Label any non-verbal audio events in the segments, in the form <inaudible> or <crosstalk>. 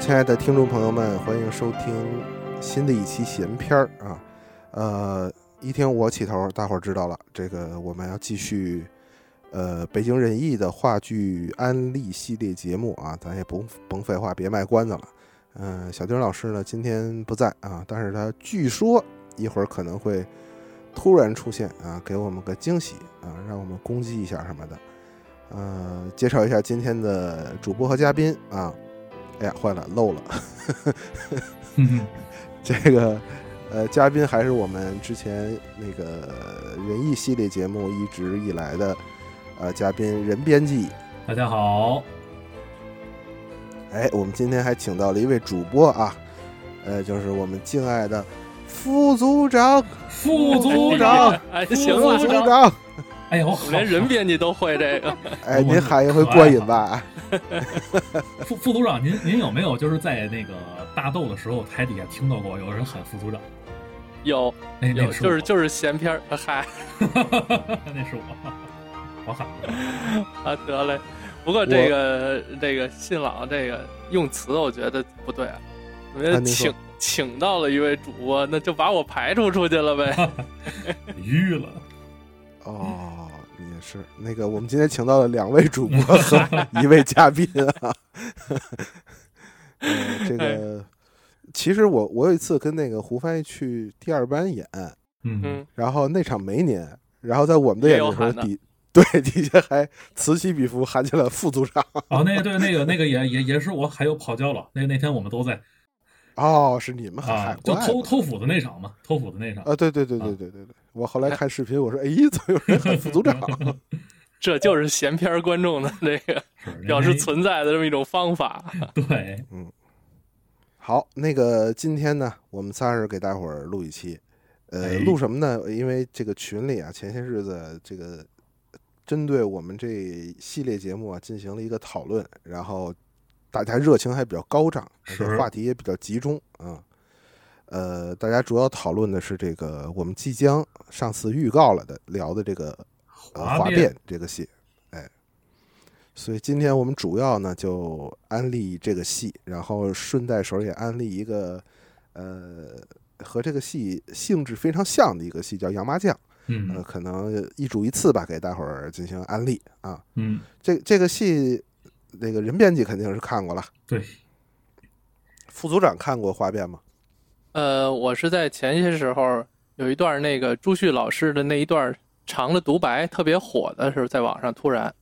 亲爱的听众朋友们，欢迎收听新的一期闲篇儿啊。呃，一听我起头，大伙儿知道了，这个我们要继续呃北京人艺的话剧安利系列节目啊，咱也甭甭废话，别卖关子了。嗯、小丁老师呢今天不在啊，但是他据说一会儿可能会突然出现啊，给我们个惊喜啊，让我们攻击一下什么的。呃，介绍一下今天的主播和嘉宾啊。哎呀，坏了，漏了。 <laughs> 嗯这个呃，嘉宾还是我们之前那个仁义系列节目一直以来的呃嘉宾任编辑。大家好，哎，我们今天还请到了一位主播啊，呃，就是我们敬爱的副组长，副组组长长，哎，副行组了，长。哎呦，好连人编辑都会这个，哎，我您喊一回过瘾吧？副副组长，您您有没有就是在那个大斗的时候台底下听到过有人喊副组长？有那那有，个就是是就是闲篇儿，嗨我那是我，我喊的啊，得嘞。不过这个这个信朗这个用词，我觉得不对啊，我觉啊得您说请请到了一位主播，那就把我排除出去了呗。晕了。哦，也是。那个，我们今天请到了两位主播和一位嘉宾啊。 <laughs> 呃，这个，其实我我有一次跟那个胡翻译去第二班演，嗯嗯，然后那场没您，然后在我们的眼睛也上有喊的底对 <laughs> 底下还此起彼伏喊起了副组长。哦，那个对，那个那个也也也是我，还有跑焦了。那那天我们都在哦，是你们喊、啊喊，就怪不偷得偷斧的那场嘛，偷斧的那场。啊，对对对对对对对。我后来看视频，我说：“哎，怎么有人喊副 <laughs> 组长？这就是闲篇儿观众的这哎个是那表示那存在的这么一种方法。对，好，那个今天呢，我们仨人给大伙儿录一期，呃，哎录什么呢？因为这个群里啊，前些日子这个针对我们这系列节目啊进行了一个讨论，然后大家热情还比较高涨，而且是话题也比较集中啊、呃，大家主要讨论的是这个我们即将上次预告了的聊的这个呃滑滑变变这个戏，哎，所以今天我们主要呢就安利这个戏，然后顺带手也安利一个呃和这个戏性质非常像的一个戏，叫《洋麻将》，呃，嗯可能一主一次吧，给大伙儿进行安利啊。嗯，这这个戏，那个任编辑肯定是看过了，对，副组长看过花变吗？呃，我是在前些时候有一段那个朱旭老师的那一段长的独白特别火的时候，在网上突然，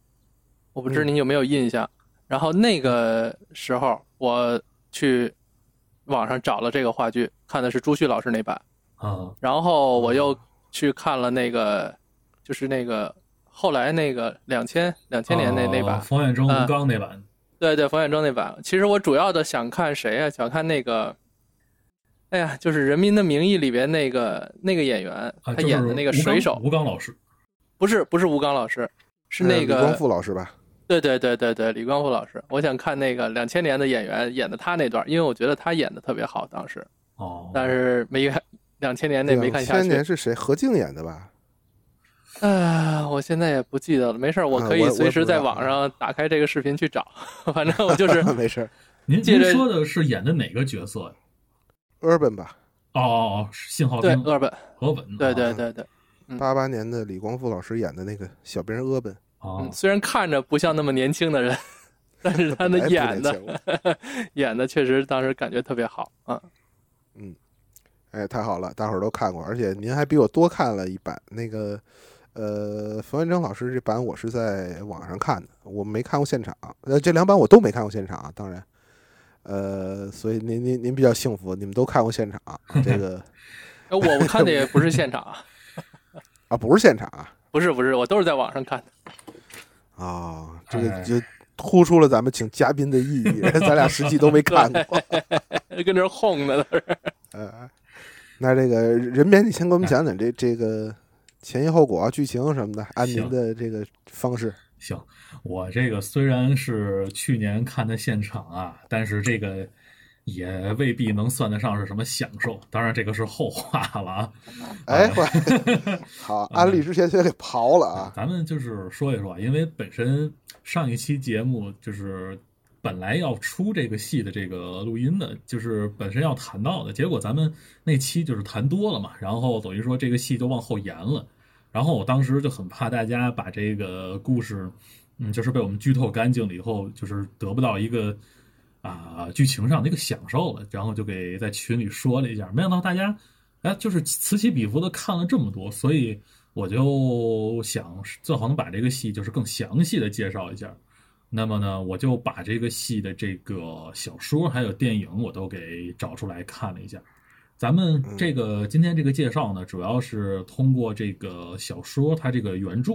我不知嗯您有没有印象。然后那个时候我去网上找了这个话剧，看的是朱旭老师那版，啊，然后我又去看了那个，就是那个后来那个两千两千年那那版啊，冯远征、嗯吴刚那版，对对，冯远征那版。其实我主要的想看谁呀、想看那个，哎呀，就是《人民的名义》里边那个那个演员，啊，他就是演的那个吴刚水手，吴刚老师。不是不是吴刚老师，是呃那李个、光复老师吧？对对对对对，李光复老师。我想看那个两千年的演员演的他那段，因为我觉得他演的特别好，当时，哦，但是没看两千年那没看下千去年。是谁？何静演的吧？ <laughs> 啊，我现在也不记得了，没事儿，我啊可我以我也随不时知在道网上打开这个视频去找， <laughs> 反正 <laughs> 我就是。没事 <laughs> 儿您借您着说的是演的哪个角色呀？ ，Urban 吧，哦哦哦，是信号对，兵鄂本，何文，对对啊对对，嗯八八年的李光复老师演的那个小兵 Urban，哦嗯，虽然看着不像那么年轻的人， <laughs> 但是他哎的不啊演年的轻演的确实当时感觉特别好啊。哎，太好了，大伙儿都看过，而且您还比我多看了一版。那个，呃，冯远征老师这版我是在网上看的，我没看过现场。呃，这两版我都没看过现场啊，当然，呃，所以您您您比较幸福，你们都看过 <laughs> 现场。这个哎我我看的也不是现场啊， <laughs> 啊，不是现场啊，不是不是，我都是在网上看的。啊、这个哎就突出了咱们请嘉宾的意 <laughs> 义，咱俩实际都没看过。跟这儿哄呢，都是呃，那这个任编，你先给我们讲讲这这个前因后果啊、剧情什么的，按您行的这个方式。行，我这个虽然是去年看的现场啊，但是这个也未必能算得上是什么享受，当然这个是后话了啊。哎，坏 <laughs> <laughs> 好，安利之前先给刨了啊。啊咱们就是说一说，因为本身上一期节目就是本来要出这个戏的这个录音的，就是本身要谈到的，结果咱们那期就是谈多了嘛，然后等于说这个戏就往后延了。然后我当时就很怕大家把这个故事，嗯，就是被我们剧透干净了以后，就是得不到一个啊、剧情上的一个享受了，然后就给在群里说了一下，没想到大家哎就是此起彼伏的看了这么多，所以我就想正好能把这个戏就是更详细的介绍一下。那么呢，我就把这个戏的这个小说还有电影我都给找出来看了一下。咱们这个今天这个介绍呢，主要是通过这个小说它这个原著，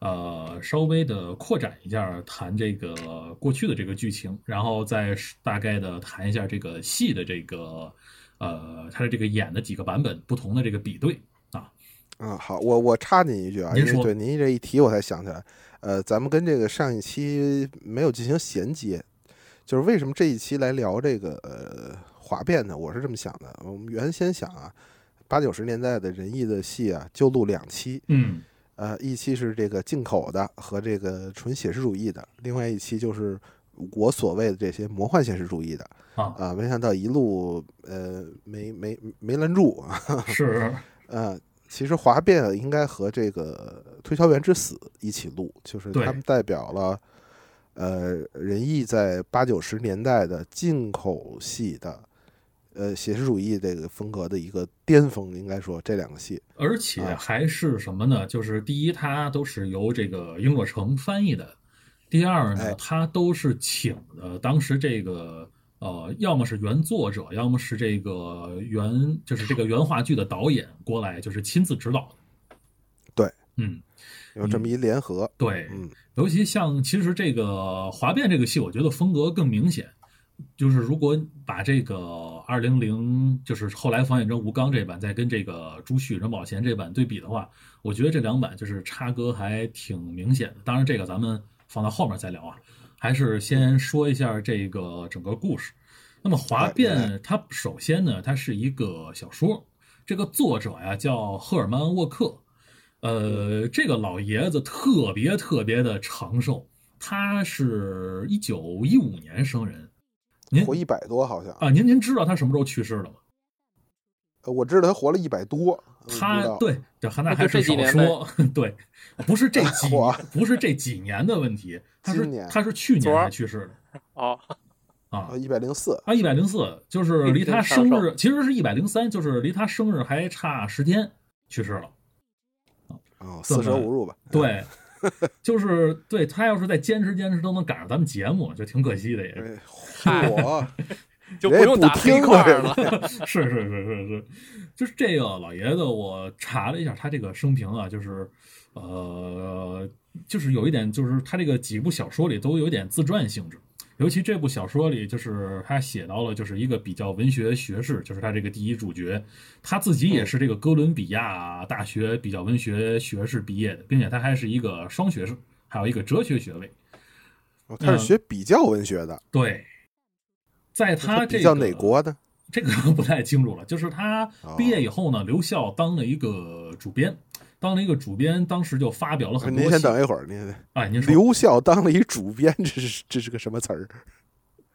呃，稍微的扩展一下谈这个过去的这个剧情，然后再大概的谈一下这个戏的这个呃它的这个演的几个版本不同的这个比对。啊，好，我我插您一句啊，您因为说对您这一提我才想起来，呃，咱们跟这个上一期没有进行衔接，就是为什么这一期来聊这个呃滑变呢？我是这么想的，我们原先想啊，八九十年代的仁义的戏啊，就录两期，嗯呃，一期是这个进口的和这个纯写实主义的，另外一期就是我所谓的这些魔幻写实主义的啊，啊、没想到一路呃没没没拦住啊， <laughs> 是呃，其实华辩应该和这个推销员之死一起录，就是对他们代表了呃仁义在八九十年代的进口系的呃写实主义这个风格的一个巅峰，应该说这两个戏而且啊还是什么呢？就是第一，它都是由这个英若诚翻译的；第哎二呢，它都是请的当时这个呃，要么是原作者，要么是这个原就是这个原话剧的导演过来，就是亲自指导的。对，嗯，有这么一联合，对，嗯尤其像其实这个华变这个戏，我觉得风格更明显。就是如果把这个二零零，就是后来房远征吴刚这版，再跟这个朱旭任宝贤这版对比的话，我觉得这两版就是差隔还挺明显的。当然，这个咱们放到后面再聊啊，还是先说一下这个整个故事。那么华哎变，它首先呢，它是一个小说，这个作者呀叫赫尔曼·沃克，呃，这个老爷子特别特别的长寿，他是一九一五年生人。您活一百多好像，啊，您您知道他什么时候去世的吗？呃我知道他活了一百多，嗯他对对对，韩娜那还就是这几少年说， <laughs> 对，不是这 <laughs> 几哇年，不是这几年的问题，他今是年哎他是去昨年儿才去世哦，的啊。一百零四，他一百零四，就是离他生长日，其实是一百零三，就是离他生日还差十天去世了。哦，这四舍么五入吧，对，就是对他要是再坚持坚持，都能赶上咱们节目，就挺可惜的，也是。哎，嚯，就人也不用不打黑听啊块了儿啊了。 <laughs> <laughs> 是是是是是，就是这个老爷子，我查了一下他这个生平啊，就是，呃，就是有一点，就是他这个几部小说里都有点自传性质，尤其这部小说里，就是他写到了就是一个比较文学学士，就是他这个第一主角，他自己也是这个哥伦比亚大学比较文学学士毕业的，并且他还是一个双学士，还有一个哲学学位。哦他嗯是学比较文学的，对，在他这比个较哪国的？这个 <laughs> 不太清楚了。就是他哦毕业以后呢，留校当了一个主编，当了一个主编，当时就发表了很多您先信。等一会儿，您先等哎，您说，留校当了一主编，这是这是个什么词儿？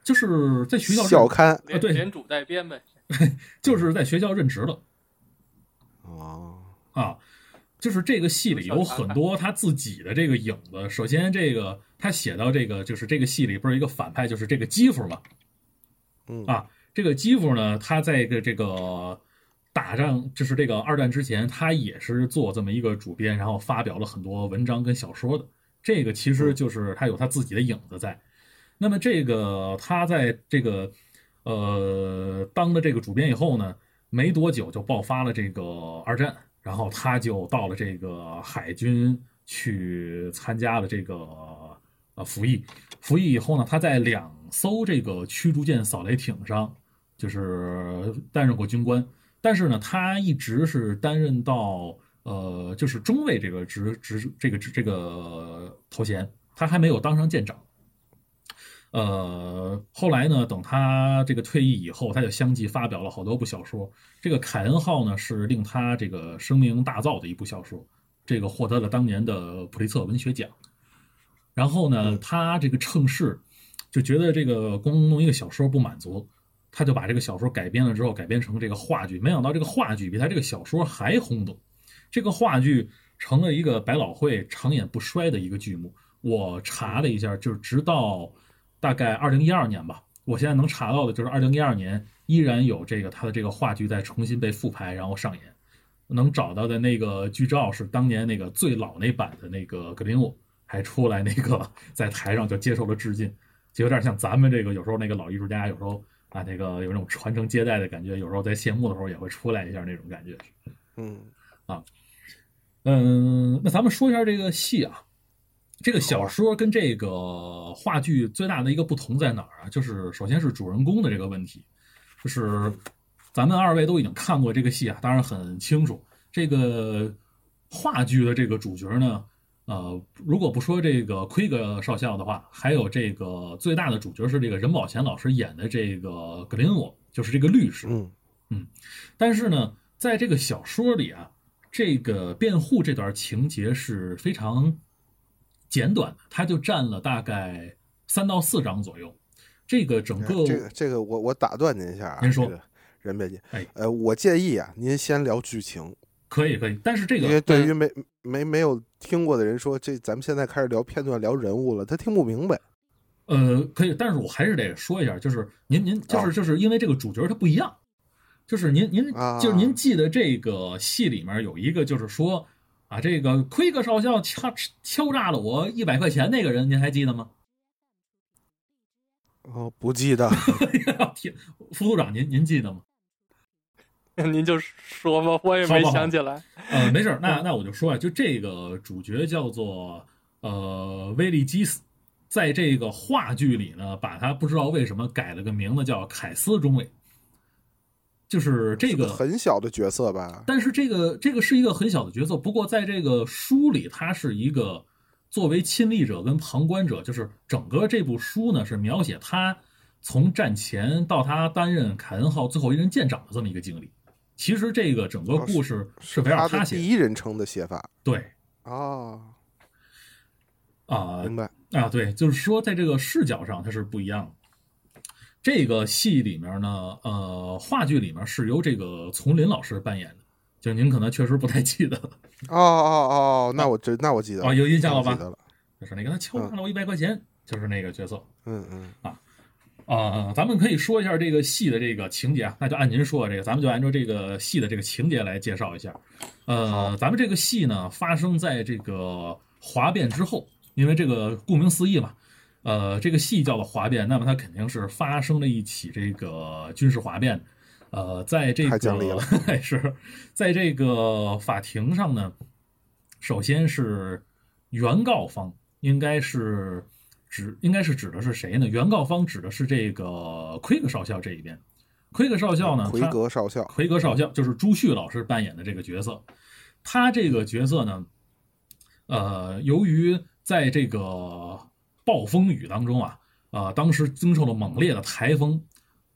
就是在学校任校刊啊连对连主带编呗， <laughs> 就是在学校任职的哦，啊。就是这个戏里有很多他自己的这个影子。首先，这个他写到这个，就是这个戏里边有一个反派，就是这个基夫嘛，嗯啊这个基夫呢，他在这个这个打仗，就是这个二战之前，他也是做这么一个主编，然后发表了很多文章跟小说的。这个其实就是他有他自己的影子在。那么这个他在这个呃当了这个主编以后呢，没多久就爆发了这个二战，然后他就到了这个海军去参加了这个呃服役。服役以后呢，他在两艘这个驱逐舰扫雷艇上，就是担任过军官，但是呢，他一直是担任到呃，就是中尉这个职职这个职这个头衔，他还没有当上舰长。呃，后来呢，等他这个退役以后，他就相继发表了好多部小说。这个《凯恩号》呢，是令他这个声名大噪的一部小说，这个获得了当年的普利策文学奖。然后呢，他这个乘势，就觉得这个光弄一个小说不满足，他就把这个小说改编了之后改编成这个话剧，没想到这个话剧比他这个小说还轰动，这个话剧成了一个百老汇长演不衰的一个剧目。我查了一下，就是直到大概二零一二年吧，我现在能查到的就是二零一二年依然有这个他的这个话剧在重新被复排，然后上演。能找到的那个剧照是当年那个最老那版的那个葛林伍还出来那个在台上就接受了致敬，就有点像咱们这个有时候那个老艺术家有时候啊那个有那种传承接代的感觉，有时候在谢幕的时候也会出来一下那种感觉。嗯嗯，那咱们说一下这个戏啊，这个小说跟这个话剧最大的一个不同在哪儿啊？就是首先是主人公的这个问题，就是咱们二位都已经看过这个戏啊，当然很清楚这个话剧的这个主角呢。呃，如果不说这个奎格少校的话，还有这个最大的主角是这个任宝贤老师演的这个格林沃，就是这个律师。嗯但是呢，在这个小说里啊，这个辩护这段情节是非常简短的，它就占了大概三到四章左右。这个整哎个这个这个我我打断您一下啊，您说这个任编辑哎，呃，我建议啊，您先聊剧情，可以可以，但是这因为个嗯对于没没没有听过的人说，这咱们现在开始聊片段、聊人物了，他听不明白。呃可以，但是我还是得说一下，就是您您就是哦就是因为这个主角他不一样，就是您您啊就是您记得这个戏里面有一个就是说啊，这个奎格少校敲敲诈了我一百块钱那个人，您还记得吗？ <laughs> 哦，不记得， <laughs> 天，副组长您您记得吗？您就说吧，我也好吧没好吧想起来。呃，没事儿，嗯那那我就说啊，就这个主角叫做呃威利基斯，在这个话剧里呢，把他不知道为什么改了个名字叫凯斯中尉，就是这个很小的角色吧？但是这个这个是一个很小的角色，不过在这个书里，他是一个作为亲历者跟旁观者，就是整个这部书呢是描写他从战前到他担任凯恩号最后一任舰长的这么一个经历。其实这个整个哦是故事 <laughs> 是围绕他的写第的，一人称的写法对哦，啊、明白。啊，对，就是说在这个视角上它是不一样的。这个戏里面呢，呃，话剧里面是由这个丛林老师扮演的，就您可能确实不太记得了。哦哦哦，那我这那我记得了哦有印象了我吧记得了，就是那个他敲诈了我一百块钱，就是那个角色嗯嗯，啊、呃咱们可以说一下这个戏的这个情节啊，那就按您说的这个，咱们就按照这个戏的这个情节来介绍一下。呃，咱们这个戏呢发生在这个哗变之后，因为这个顾名思义嘛，呃，这个戏叫做哗变，那么它肯定是发生了一起这个军事哗变。呃，在这个太讲理了 <laughs> 是在这个法庭上呢，首先是原告方应该是指应该是指的是谁呢？原告方指的是这个奎格少校这一边。奎格少校呢，奎嗯他格少校，奎格少校就是朱旭老师扮演的这个角色，他这个角色呢，呃，由于在这个暴风雨当中啊，呃，当时经受了猛烈的台风，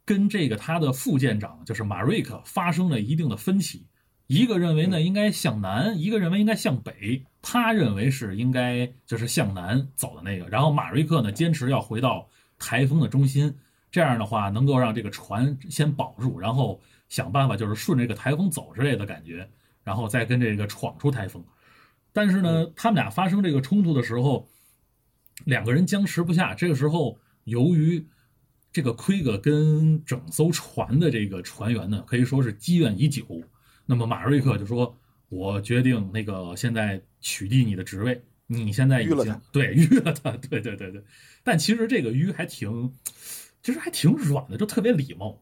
跟这个他的副舰长就是马瑞克发生了一定的分歧。一个认为呢应该向南，一个认为应该向北，他认为是应该就是向南走的那个。然后马瑞克呢坚持要回到台风的中心，这样的话能够让这个船先保住，然后想办法就是顺着这个台风走之类的感觉，然后再跟这个闯出台风。但是呢，嗯他们俩发生这个冲突的时候，两个人僵持不下。这个时候，由于这个奎格跟整艘船的这个船员呢，可以说是积怨已久。那么马瑞克就说：“我决定那个现在取缔你的职位，你现在已淤了经他对 <laughs> 淤了他，对对对对。但其实这个淤还挺，其实还挺软的，就特别礼貌。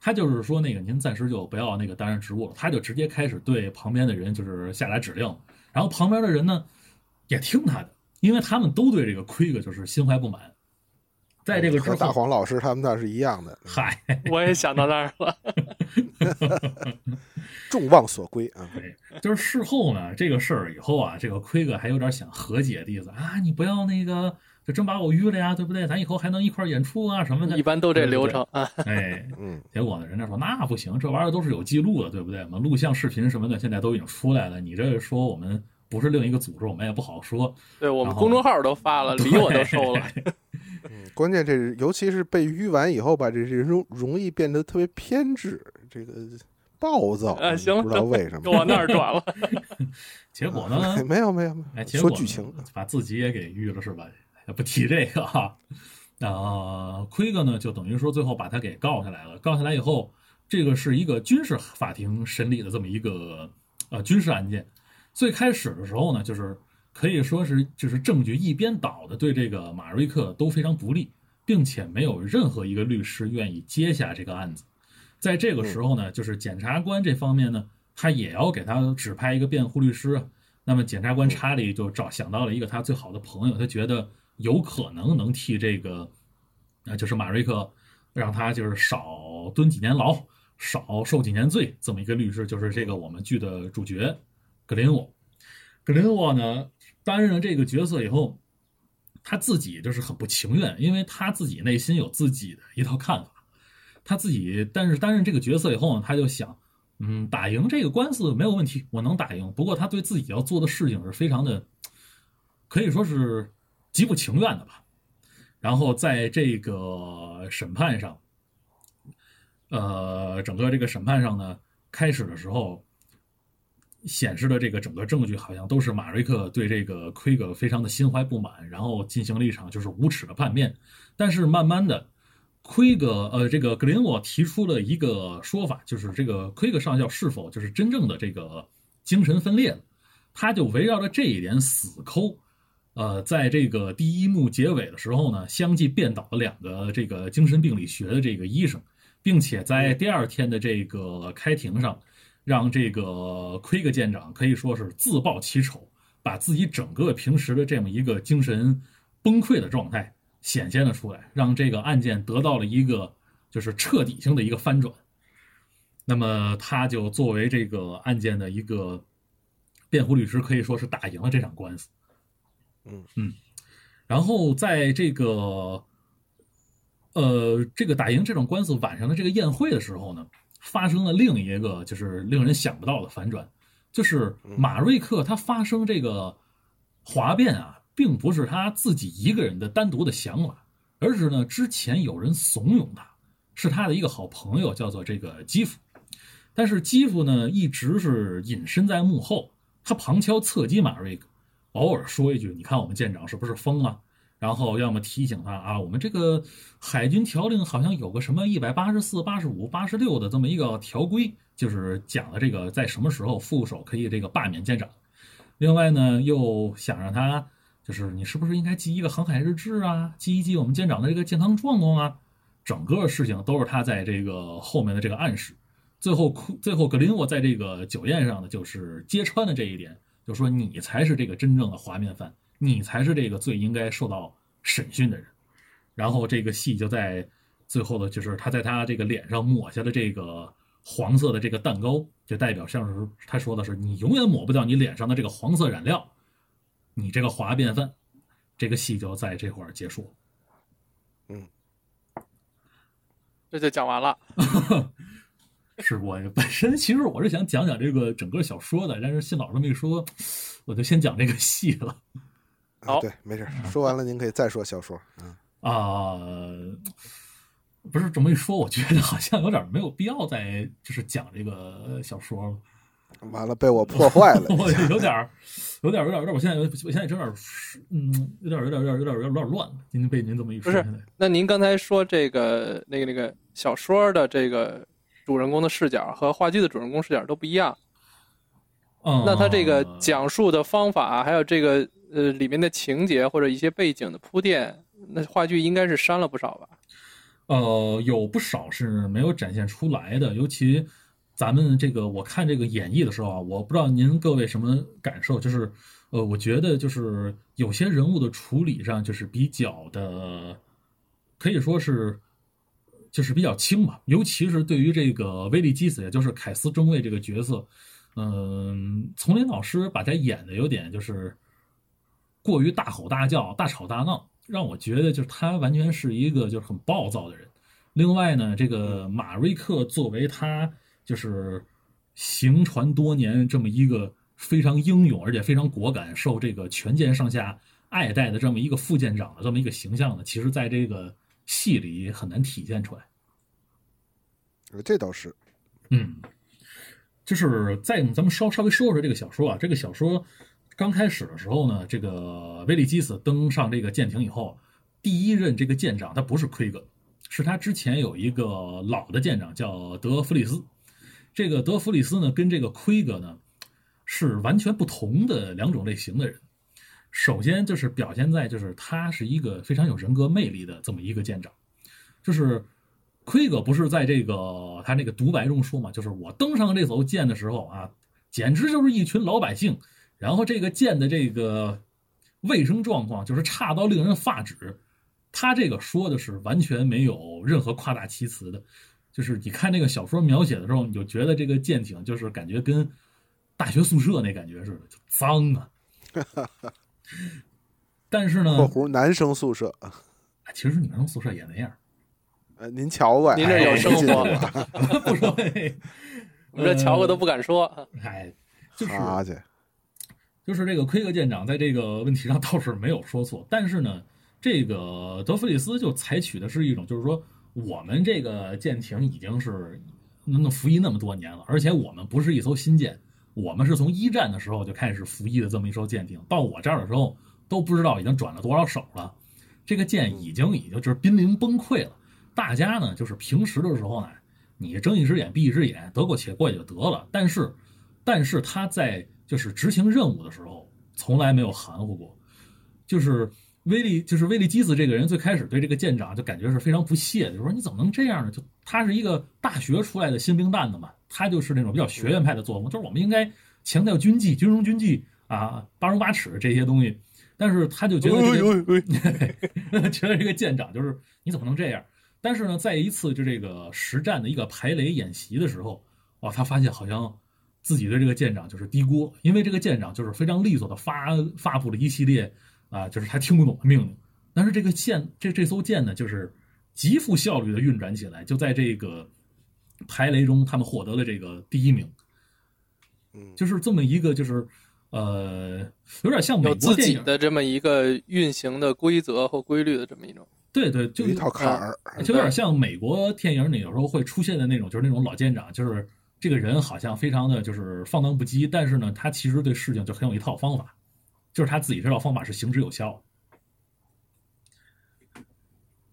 他就是说那个您暂时就不要那个担任职务了，他就直接开始对旁边的人就是下达指令，然后旁边的人呢也听他的，因为他们都对这个奎格就是心怀不满。在这个之嗯和大后，黄老师他们那是一样的，嗨，我也想到那儿 <laughs> 了。众望所归啊。就是事后呢，这个事儿以后啊，这个奎格还有点想和解的意思啊，你不要那个就真把我淤了呀，对不对？咱以后还能一块儿演出啊什么的一。般都这流程啊， <laughs> 哎，嗯，结果呢，人家说那不行，这玩意儿都是有记录的，对不对？我们录像、视频什么的，现在都已经出来了。你这说我们不是另一个组织，我们也不好说。对我们然后 <laughs> 公众号都发了，礼我都收了。嗯，关键这是尤其是被淤完以后吧，这人容容易变得特别偏执，这个暴躁，嗯啊行了不知道为什给我么。那儿转了。 <laughs> 结果 <laughs> <laughs> 呢，没有没有没哎，有，结说果剧情，把自己也给遇了是吧？不提这个啊。啊，奎格呢，就等于说最后把他给告下来了。告下来以后，这个是一个军事法庭审理的这么一个呃军事案件。最开始的时候呢，就是可以说是就是证据一边倒的对这个马瑞克都非常不利，并且没有任何一个律师愿意接下这个案子。在这个嗯时候呢，就是检察官这方面呢，他也要给他指派一个辩护律师啊。那么检察官查理就找想到了一个他最好的朋友，他觉得有可能能替这个，呃，就是马瑞克，让他就是少蹲几年牢，少受几年罪，这么一个律师，就是这个我们剧的主角格林沃。格林沃呢担任了这个角色以后，他自己就是很不情愿，因为他自己内心有自己的一套看法。他自己，但是担任这个角色以后呢，他就想，嗯，打赢这个官司没有问题，我能打赢。不过他对自己要做的事情是非常的，可以说是极不情愿的吧。然后在这个审判上，呃，整个这个审判上呢，开始的时候显示的这个整个证据好像都是马瑞克对这个奎格非常的心怀不满，然后进行了一场就是无耻的叛变。但是慢慢的，奎格呃，这个格林沃提出了一个说法，就是这个奎格上校是否就是真正的这个精神分裂了？他就围绕着这一点死抠。呃，在这个第一幕结尾的时候呢，相继辩倒了两个这个精神病理学的这个医生，并且在第二天的这个开庭上，让这个奎格舰长可以说是自暴其丑，把自己整个平时的这么一个精神崩溃的状态显现了出来，让这个案件得到了一个就是彻底性的一个翻转。那么他就作为这个案件的一个辩护律师，可以说是打赢了这场官司。嗯嗯，然后在这个呃这个打赢这场官司晚上的这个宴会的时候呢，发生了另一个就是令人想不到的反转，就是马瑞克他发生这个哗变啊，并不是他自己一个人的单独的想法，而是呢之前有人怂恿他，是他的一个好朋友叫做这个基夫，但是基夫呢一直是隐身在幕后，他旁敲侧击马瑞克，偶尔说一句：“你看我们舰长是不是疯了？”然后要么提醒他啊，我们这个海军条令好像有个什么一百八十四、八十五、八十六的这么一个条规，就是讲了这个在什么时候副手可以这个罢免舰长。另外呢，又想让他就是你是不是应该记一个航海日志啊，记一记我们舰长的这个健康状况啊。整个事情都是他在这个后面的这个暗示。最后，库最后格林沃在这个酒宴上呢，就是揭穿了这一点，就说你才是这个真正的滑面犯，你才是这个最应该受到审讯的人。然后这个戏就在最后的，就是他在他这个脸上抹下了这个黄色的这个蛋糕，就代表像是他说的是你永远抹不掉你脸上的这个黄色染料，你这个滑变犯。这个戏就在这会儿结束了。这就讲完了。是我本身其实我是想讲讲这个整个小说的，但是信老这么一说，我就先讲这个戏了啊，好对，没 <laughs> 事儿，说完了您可以再说小说。嗯，啊、不是这么一说，我觉得好像有点没有必要再就是讲这个小说了，，完了被我破坏了 <laughs> 我有点儿，有点儿，有点儿，有点儿，我现在有我现在有点儿，嗯，有点儿，有点儿，有点儿，有点儿，有点儿乱了。今天被您这么一说，不是现在那您刚才说这个那个那个小说的这个主人公的视角和话剧的主人公视角都不一样，嗯，那他这个讲述的方法，还有这个呃里面的情节或者一些背景的铺垫，那话剧应该是删了不少吧？呃，有不少是没有展现出来的，尤其咱们这个我看这个演绎的时候啊，我不知道您各位什么感受，就是呃，我觉得就是有些人物的处理上就是比较的，可以说是就是比较轻吧，尤其是对于这个威利基斯，也就是凯斯中尉这个角色，嗯，丛林老师把他演的有点就是过于大吼大叫、大吵大闹，让我觉得就是他完全是一个就是很暴躁的人。另外呢，这个马瑞克作为他就是行船多年这么一个非常英勇而且非常果敢、受这个全舰上下爱戴的这么一个副舰长的这么一个形象呢，其实在这个戏里也很难体现出来。这倒是，嗯，就是再咱们稍稍微说说这个小说啊，这个小说刚开始的时候呢，这个威利基斯登上这个舰艇以后，第一任这个舰长他不是奎格，是他之前有一个老的舰长叫德弗里斯，这个德弗里斯呢跟这个奎格呢是完全不同的两种类型的人。首先就是表现在就是他是一个非常有人格魅力的这么一个舰长，就是奎格不是在这个他那个独白中说嘛，就是我登上这艘舰的时候啊，简直就是一群老百姓，然后这个舰的这个卫生状况就是差到令人发指。他这个说的是完全没有任何夸大其词的，就是你看这个小说描写的时候，你就觉得这个舰艇就是感觉跟大学宿舍那感觉似的，就脏 <laughs> 啊。但是呢括，弧男生宿舍，哎其实女生宿舍也那样，呃，您瞧过呀？您这有哎生活没进去过 <laughs> 不说那，我们这乔哥都不敢说，啊哎，就是好家伙，就是这个奎格舰长在这个问题上倒是没有说错，但是呢，这个德弗里斯就采取的是一种，就是说我们这个舰艇已经是那服役那么多年了，而且我们不是一艘新舰，我们是从一战的时候就开始服役的这么一艘舰艇，到我这儿的时候都不知道已经转了多少手了，这个舰已经已经就是濒临崩溃了。大家呢，就是平时的时候呢，你睁一只眼闭一只眼，得过且过也就得了。但是，但是他在就是执行任务的时候，从来没有含糊过。就是威利，就是威利基斯这个人，最开始对这个舰长就感觉是非常不屑的，就说你怎么能这样呢？就他是一个大学出来的新兵蛋子嘛，他就是那种比较学院派的作风，就是我们应该强调军纪、军容军纪啊、八荣八耻这些东西。但是他就觉得哦这个、 <laughs> 觉得这个舰长就是你怎么能这样？但是呢，在一次就这个实战的一个排雷演习的时候，哇，他发现好像自己对这个舰长就是低估，因为这个舰长就是非常利索的发发布了一系列啊，就是他听不懂的命令。但是这个舰这这艘舰呢，就是极富效率的运转起来，就在这个排雷中，他们获得了这个第一名。嗯就是这么一个，就是呃，有点像美有国自电己影，的这么一个运行的规则和规律的这么 <laughs> 一种。对对，就有一套坎啊儿，就有点像美国电影里有时候会出现的那种，就是那种老舰长，就是这个人好像非常的就是放荡不羁，但是呢，他其实对事情就很有一套方法，就是他自己这套方法是行之有效的。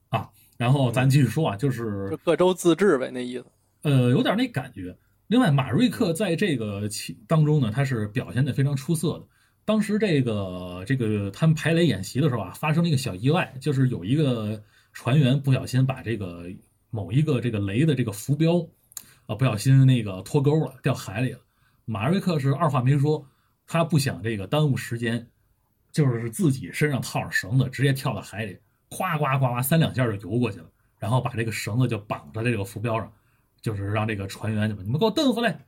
啊，然后咱继续说啊，就是就各州自治呗，那意思。呃，有点那感觉。另外，马瑞克在这个其当中呢，他是表现的非常出色的。当时这个这个他们排雷演习的时候啊，发生了一个小意外，就是有一个船员不小心把这个某一个这个雷的这个浮标啊，不小心那个脱钩了，掉海里了。马瑞克是二话没说，他不想这个耽误时间，就是自己身上套上绳子，直接跳到海里，夸夸夸夸三两下就游过去了，然后把这个绳子就绑在这个浮标上。就是让这个船员就把你们给我蹬回来。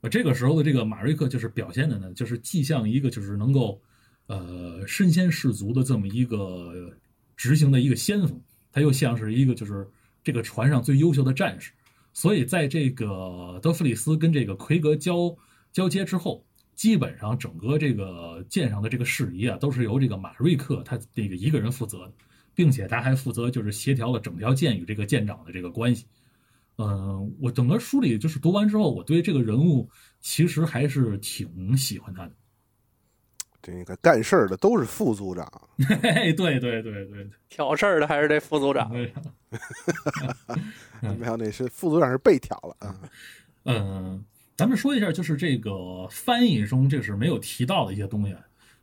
我这个时候的这个马瑞克就是表现的呢，就是既像一个就是能够呃身先士卒的这么一个执行的一个先锋，他又像是一个就是这个船上最优秀的战士。所以在这个德弗里斯跟这个奎格交交接之后，基本上整个这个舰上的这个事宜啊，都是由这个马瑞克他这个一个人负责的，并且他还负责就是协调了整条舰与这个舰长的这个关系。嗯，我整个书里就是读完之后，我对这个人物其实还是挺喜欢他的。 <laughs> 这个干事儿的都是副组长，嘿嘿，对对对对，挑事儿的还是这副组长，对嗯没有那是副组长是被挑了啊。嗯，咱们说一下，就是这个翻译中这是没有提到的一些东西。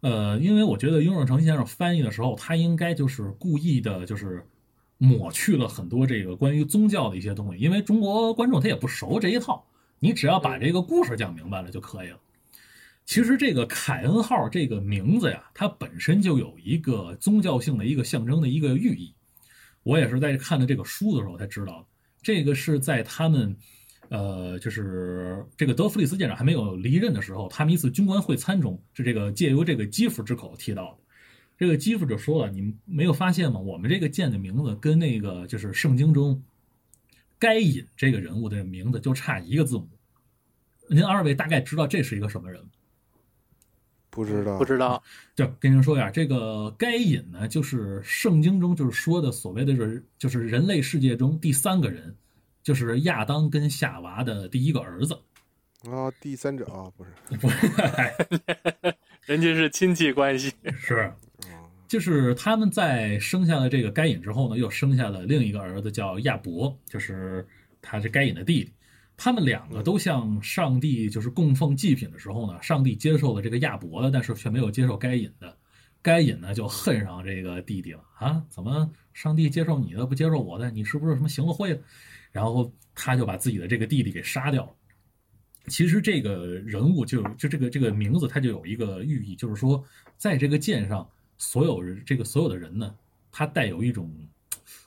呃，因为我觉得雍正成先生翻译的时候，他应该就是故意的，就是抹去了很多这个关于宗教的一些东西，因为中国观众他也不熟这一套，你只要把这个故事讲明白了就可以了。其实这个凯恩号这个名字呀，它本身就有一个宗教性的一个象征的一个寓意。我也是在看的这个书的时候才知道的，这个是在他们，呃，就是这个德弗里斯舰长还没有离任的时候，他们一次军官会参中，是这个借由这个基辅之口提到的。这个基辅就说了，你们没有发现吗？我们这个舰的名字跟那个就是圣经中该隐这个人物的名字就差一个字母。您二位大概知道这是一个什么人吗？不不知道不知道，这跟您说一下，这个该隐呢，就是圣经中就是说的所谓的是，就是人类世界中第三个人，就是亚当跟夏娃的第一个儿子。 <laughs> 啊，第三者啊，不是，人家是亲戚关系，是，啊嗯就是他们在生下了这个该隐之后呢，又生下了另一个儿子叫亚伯，就是他是该隐的弟弟。他们两个都向上帝就是供奉祭品的时候呢，上帝接受了这个亚伯的，但是却没有接受该隐的。该隐呢就恨上这个弟弟了啊！怎么上帝接受你的不接受我的？你是不是什么行了贿了？然后他就把自己的这个弟弟给杀掉了。其实这个人物就就这个这个名字，它就有一个寓意，就是说，在这个舰上，所有人这个所有的人呢，他带有一种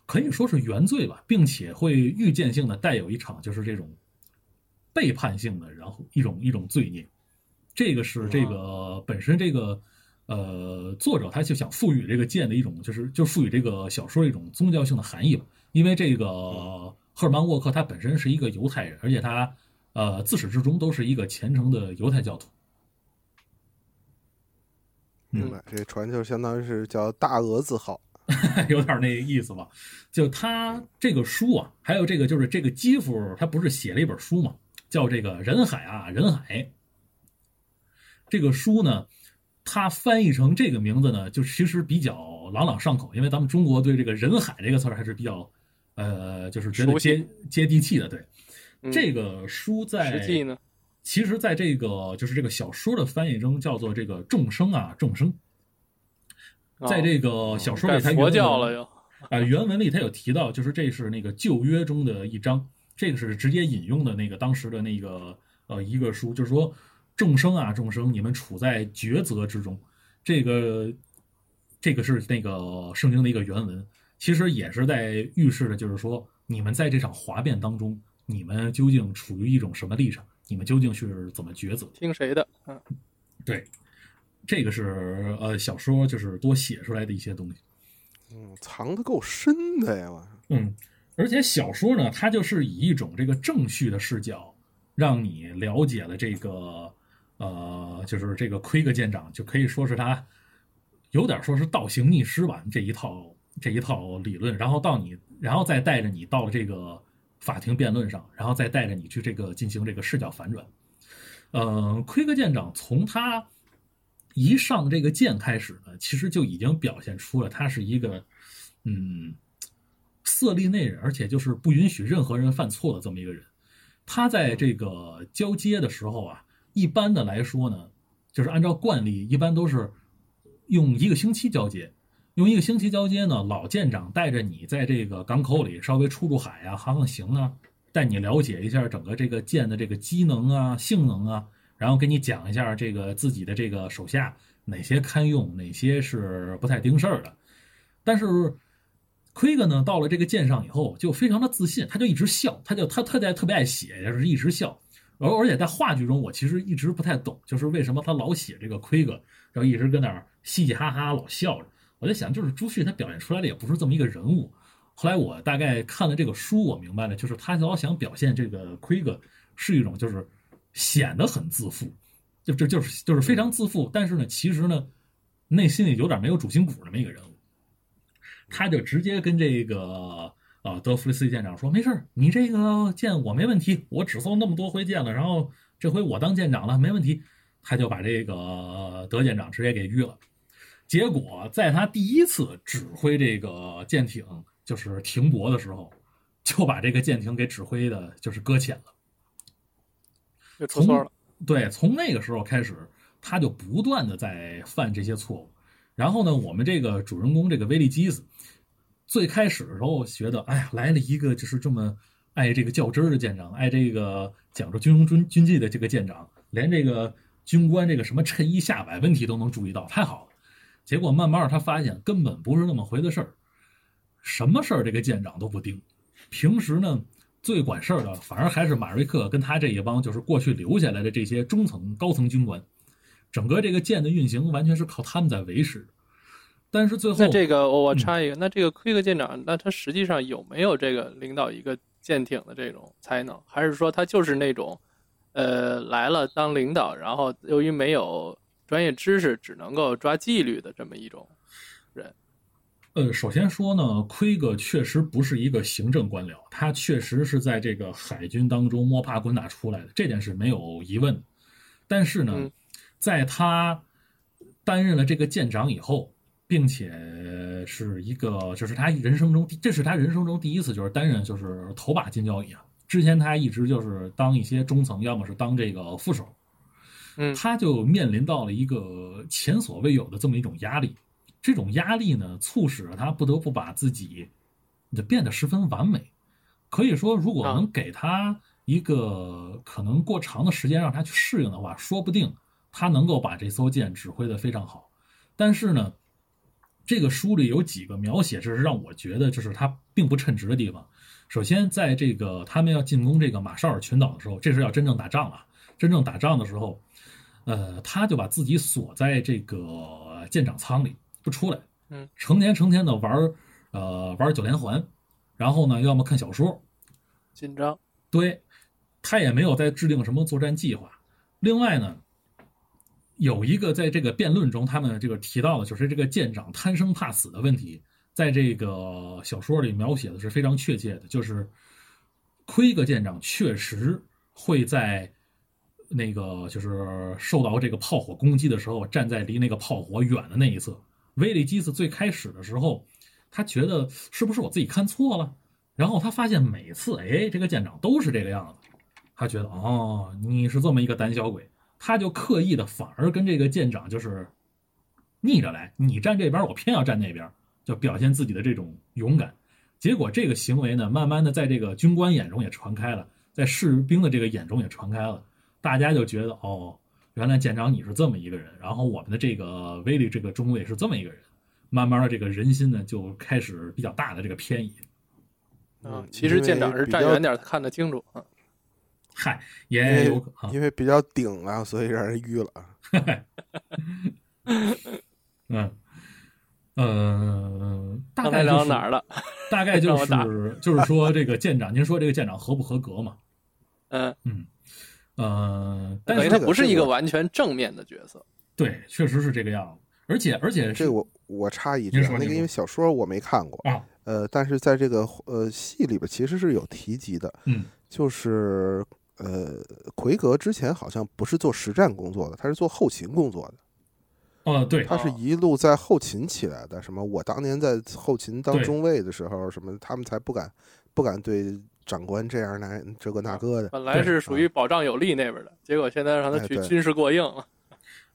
可以说是原罪吧，并且会预见性的带有一场就是这种背叛性的，然后一种一种罪孽。这个是这个本身这个呃作者他就想赋予这个剑的一种就是就赋予这个小说一种宗教性的含义吧，因为这个赫尔曼沃克他本身是一个犹太人，而且他呃自始至终都是一个虔诚的犹太教徒。 <laughs> 明白，这船就相当于是叫大俄字号，有点那意思吧。就他这个书啊，还有这个就是这个基夫，他不是写了一本书嘛，叫这个《人海啊人海》。这个书呢，它翻译成这个名字呢，就其实比较朗朗上口，因为咱们中国对这个“人海”这个词儿还是比较，呃，就是觉得熟悉接接地气的。对，嗯这个书在实际呢？其实，在这个就是这个小说的翻译中，叫做这个“众生”啊，“众生”。哦在这个小说改里，它佛原教文了又，啊，原文里他有提到，就是这是那个旧约中的一章，这个是直接引用的那个当时的那个呃一个书，就是说众生啊众生，你们处在抉择之中，这个这个是那个圣经的一个原文，其实也是在预示着，就是说你们在这场哗变当中，你们究竟处于一种什么立场，你们究竟是怎么抉择？听谁的？嗯，对，这个是呃小说就是多写出来的一些东西。嗯，藏的够深的呀，我嗯，而且小说呢，它就是以一种这个正序的视角，让你了解了这个呃，就是这个奎格舰长，就可以说是他有点说是倒行逆施吧这一套这一套理论，然后到你，然后再带着你到了这个法庭辩论上，然后再带着你去这个进行这个视角反转。呃，奎格舰长从他一上这个舰开始呢，其实就已经表现出了他是一个嗯色厉内荏，而且就是不允许任何人犯错的这么一个人。他在这个交接的时候啊，一般的来说呢，就是按照惯例，一般都是用一个星期交接。用一个星期交接呢，老舰长带着你在这个港口里稍微出出海啊、航航行啊，带你了解一下整个这个舰的这个机能啊、性能啊，然后给你讲一下这个自己的这个手下哪些堪用，哪些是不太盯事儿的。但是奎格呢，到了这个舰上以后，就非常的自信，他就一直笑，他就他特别特别爱写，就是一直笑。而而且在话剧中，我其实一直不太懂，就是为什么他老写这个奎格，然后一直跟那儿嘻嘻哈哈老笑着。我在想，就是朱旭他表现出来的也不是这么一个人物。后来我大概看了这个书，我明白了，就是他老想表现这个奎格是一种就是显得很自负，就这就是就是非常自负，但是呢，其实呢，内心里有点没有主心骨那么一个人物。他就直接跟这个呃德弗里斯基舰长说：“没事儿，你这个舰我没问题，我只搜那么多回舰了，然后这回我当舰长了，没问题。”他就把这个德舰长直接给晕了。结果在他第一次指挥这个舰艇就是停泊的时候，就把这个舰艇给指挥的就是搁浅了。又出错了。对，从那个时候开始，他就不断的在犯这些错误。然后呢，我们这个主人公这个威利基斯，最开始的时候觉得，哎呀，来了一个就是这么爱这个较真儿的舰长，爱这个讲究军容军军纪的这个舰长，连这个军官这个什么衬衣下摆问题都能注意到，太好了。结果慢慢儿他发现根本不是那么回的事儿，什么事儿这个舰长都不盯，平时呢最管事儿的反而还是马瑞克跟他这一帮就是过去留下来的这些中层高层军官，整个这个舰的运行完全是靠他们在维持。但是最后那哦这个我嗯我插一个，那这个奎格舰长，那他实际上有没有这个领导一个舰艇的这种才能，还是说他就是那种，呃，来了当领导，然后由于没有专业知识，只能够抓纪律的这么一种人。呃，首先说呢，奎格确实不是一个行政官僚，他确实是在这个海军当中摸爬滚打出来的，这点是没有疑问的。但是呢，嗯在他担任了这个舰长以后，并且是一个，就是他人生中，这是他人生中第一次就是担任就是头把金交椅啊。之前他一直就是当一些中层，要么是当这个副手，嗯他就面临到了一个前所未有的这么一种压力。这种压力呢，促使他不得不把自己变得十分完美。可以说，如果啊能给他一个可能过长的时间让他去适应的话，说不定他能够把这艘舰指挥的非常好。但是呢，这个书里有几个描写，这是让我觉得就是他并不称职的地方。首先，在这个他们要进攻这个马绍尔群岛的时候，这是要真正打仗了。真正打仗的时候，呃，他就把自己锁在这个舰长舱里不出来，嗯，成天成天的玩儿呃玩儿九连环，然后呢，要么看小说，紧张，对，他也没有在制定什么作战计划。另外呢，有一个在这个辩论中，他们这个提到的就是这个舰长贪生怕死的问题，在这个小说里描写的是非常确切的，就是奎格舰长确实会在那个就是受到这个炮火攻击的时候，站在离那个炮火远的那一侧。威利基斯最开始的时候，他觉得是不是我自己看错了，然后他发现每次哎这个舰长都是这个样子，他觉得哦你是这么一个胆小鬼，他就刻意的反而跟这个舰长就是逆着来，你站这边，我偏要站那边，就表现自己的这种勇敢。结果这个行为呢，慢慢的在这个军官眼中也传开了，在士兵的这个眼中也传开了，大家就觉得哦，原来舰长你是这么一个人，然后我们的这个威利这个中尉是这么一个人，慢慢的这个人心呢就开始比较大的这个偏移。嗯嗯，其实因为舰长是比站较远点儿，他看得清楚啊。嗨，因也为有啊，因为比较顶了，所以让人淤了。啊嗯，呃，大刚概才聊就到是哪儿了？大概就 <laughs> 让我打是就是说这个舰长，您说这个舰长合不合格嘛？嗯，呃，但等于是这他个不是这一个个完全正面的角色。对，确实是这个样子，而且而且这是个我我插一句您啊，说那您个说因为小说我没看过，啊，呃，但是在这个呃戏里边其实是有提及的，嗯，就是呃奎格之前好像不是做实战工作的，他是做后勤工作的，哦，对，他是哦一路在后勤起来的。什么我当年在后勤当对中尉的时候，什么他们才不敢不敢对长官这样那这啊个那个的，本来对是属于保障有利那边的，结果现在让他啊哎去对军事过硬了。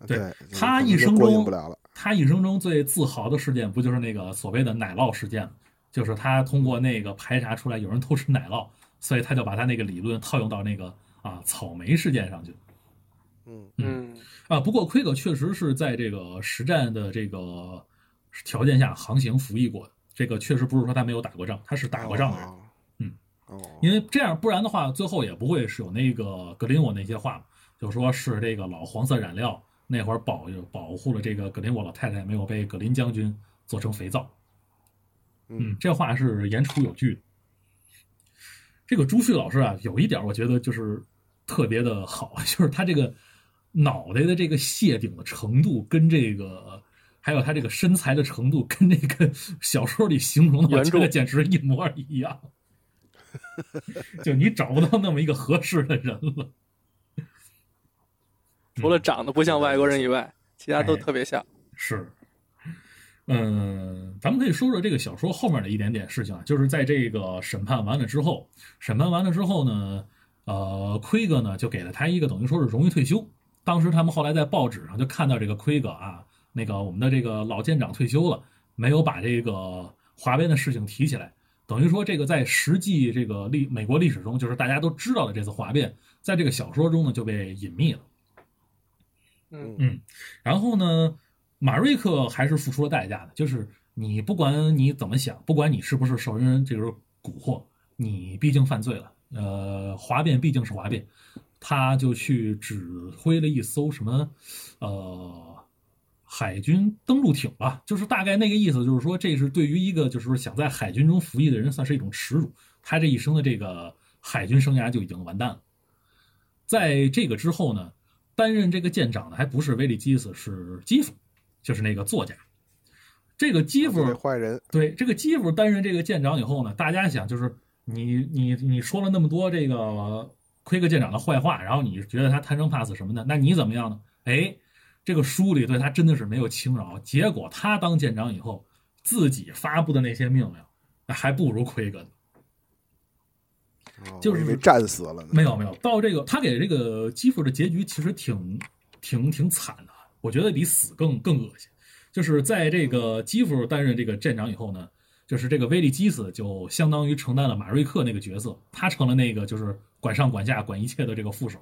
对对，他可能一就生过中硬不了了。他一生中最自豪的事件，不就是那个所谓的奶酪事件吗？就是他通过那个排查出来有人偷吃奶酪，所以他就把他那个理论套用到那个啊草莓事件上去嗯，嗯，啊。不过奎格确实是在这个实战的这个条件下航行服役过的，这个确实不是说他没有打过仗，他是打过仗的人。哦嗯，哦，因为这样，不然的话，最后也不会是有那个格林沃那些话嘛，就说是这个老黄色染料那会儿保佑保护了这个格林沃老太太没有被格林将军做成肥皂。嗯，这话是言出有据的。这个朱旭老师啊，有一点我觉得就是特别的好， <laughs> 就是他这个脑袋的这个谢顶的程度，跟这个还有他这个身材的程度，跟那个小说里形容的，我原觉得著简直一模一样。 <laughs> 就你找不到那么一个合适的人了。除了长得不像外国人以外，其他都哎特别像。是，嗯，咱们可以说说这个小说后面的一点点事情啊，就是在这个审判完了之后，审判完了之后呢，呃，奎格呢就给了他一个等于说是荣誉退休。当时他们后来在报纸上就看到这个奎格啊，那个我们的这个老舰长退休了，没有把这个华边的事情提起来。等于说，这个在实际这个历美国历史中，就是大家都知道的这次哗变，在这个小说中呢就被隐秘了。嗯嗯，然后呢，马瑞克还是付出了代价的，就是你不管你怎么想，不管你是不是受人这个蛊惑，你毕竟犯罪了。呃，哗变毕竟是哗变，他就去指挥了一艘什么，呃，海军登陆艇吧，就是大概那个意思，就是说这是对于一个就是说想在海军中服役的人算是一种耻辱，他这一生的这个海军生涯就已经完蛋了。在这个之后呢，担任这个舰长的还不是威利基斯，是基辅，就是那个作家。这个基啊就辅那坏人，对这个基辅担任这个舰长以后呢，大家想就是你你你说了那么多这个奎克舰长的坏话，然后你觉得他贪生怕死什么的，那你怎么样呢？哎，这个书里对他真的是没有轻饶，结果他当舰长以后，自己发布的那些命令，那还不如奎格呢。哦就是我以为战死了呢。没有没有，到这个他给这个基辅的结局其实挺挺挺惨的，啊我觉得比死更更恶心。就是在这个基辅担任这个站长以后呢，就是这个威利基斯就相当于承担了马瑞克那个角色，他成了那个就是管上管下管一切的这个副手。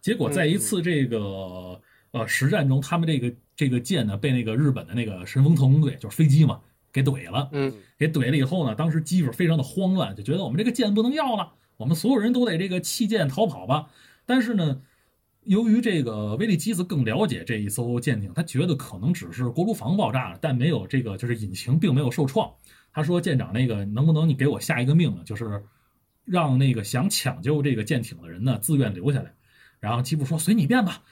结果在一次这个呃实战中，他们这个这个舰呢被那个日本的那个神风特工队就是飞机嘛给怼了，嗯给怼了以后呢，当时基辅非常的慌乱，就觉得我们这个舰不能要了，我们所有人都得这个弃舰逃跑吧。但是呢，由于这个威利基斯更了解这一艘舰艇，他觉得可能只是锅炉房爆炸了，但没有这个就是引擎并没有受创。他说：“舰长，那个能不能你给我下一个命令，就是让那个想抢救这个舰艇的人呢自愿留下来？”然后基辅说：“随你便吧。”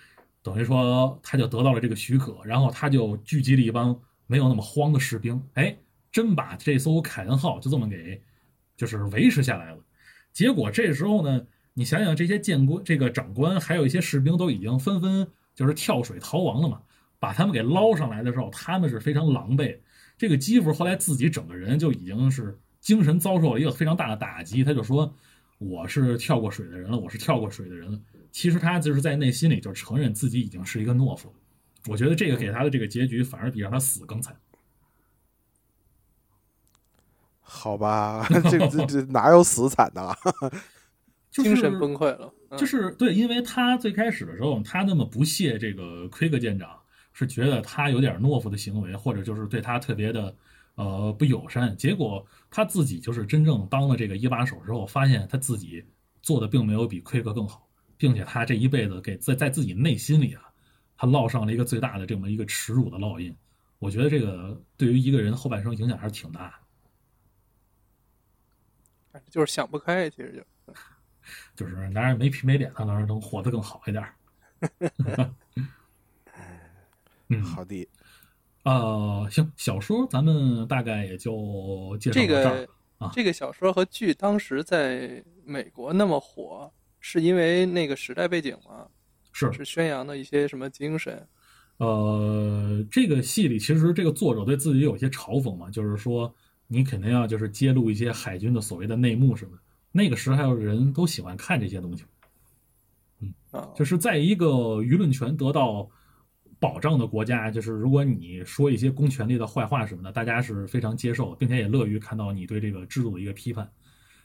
等于说他就得到了这个许可，然后他就聚集了一帮没有那么慌的士兵，哎，真把这艘凯恩号就这么给就是维持下来了。结果这时候呢，你想想这些舰官、这个长官还有一些士兵都已经纷纷就是跳水逃亡了嘛，把他们给捞上来的时候，他们是非常狼狈。这个基辅后来自己整个人就已经是精神遭受了一个非常大的打击，他就说我是跳过水的人了，我是跳过水的人了。其实他就是在内心里就承认自己已经是一个懦夫了。我觉得这个给他的这个结局反而比让他死更惨。好吧， <laughs> 这个这这哪有死惨的啊？就是精神崩溃了。嗯就是对，因为他最开始的时候，他那么不屑这个奎格舰长，是觉得他有点懦夫的行为，或者就是对他特别的呃不友善。结果他自己就是真正当了这个一把手之后，发现他自己做的并没有比奎格更好，并且他这一辈子给在在自己内心里啊，他烙上了一个最大的这么一个耻辱的烙印。我觉得这个对于一个人后半生影响还是挺大的。嗯就是想不开，其实就就是男人没皮没脸，他当然能活得更好一点儿。嗯，好的，呃，行，小说咱们大概也就介绍这到这儿。个啊这个小说和剧当时在美国那么火，是因为那个时代背景吗？是，是宣扬的一些什么精神？呃，这个戏里其实这个作者对自己有一些嘲讽嘛，就是说你肯定要就是揭露一些海军的所谓的内幕什么的。那个时候人都喜欢看这些东西，啊，就是在一个舆论权得到保障的国家，就是如果你说一些公权力的坏话什么的，大家是非常接受，并且也乐于看到你对这个制度的一个批判。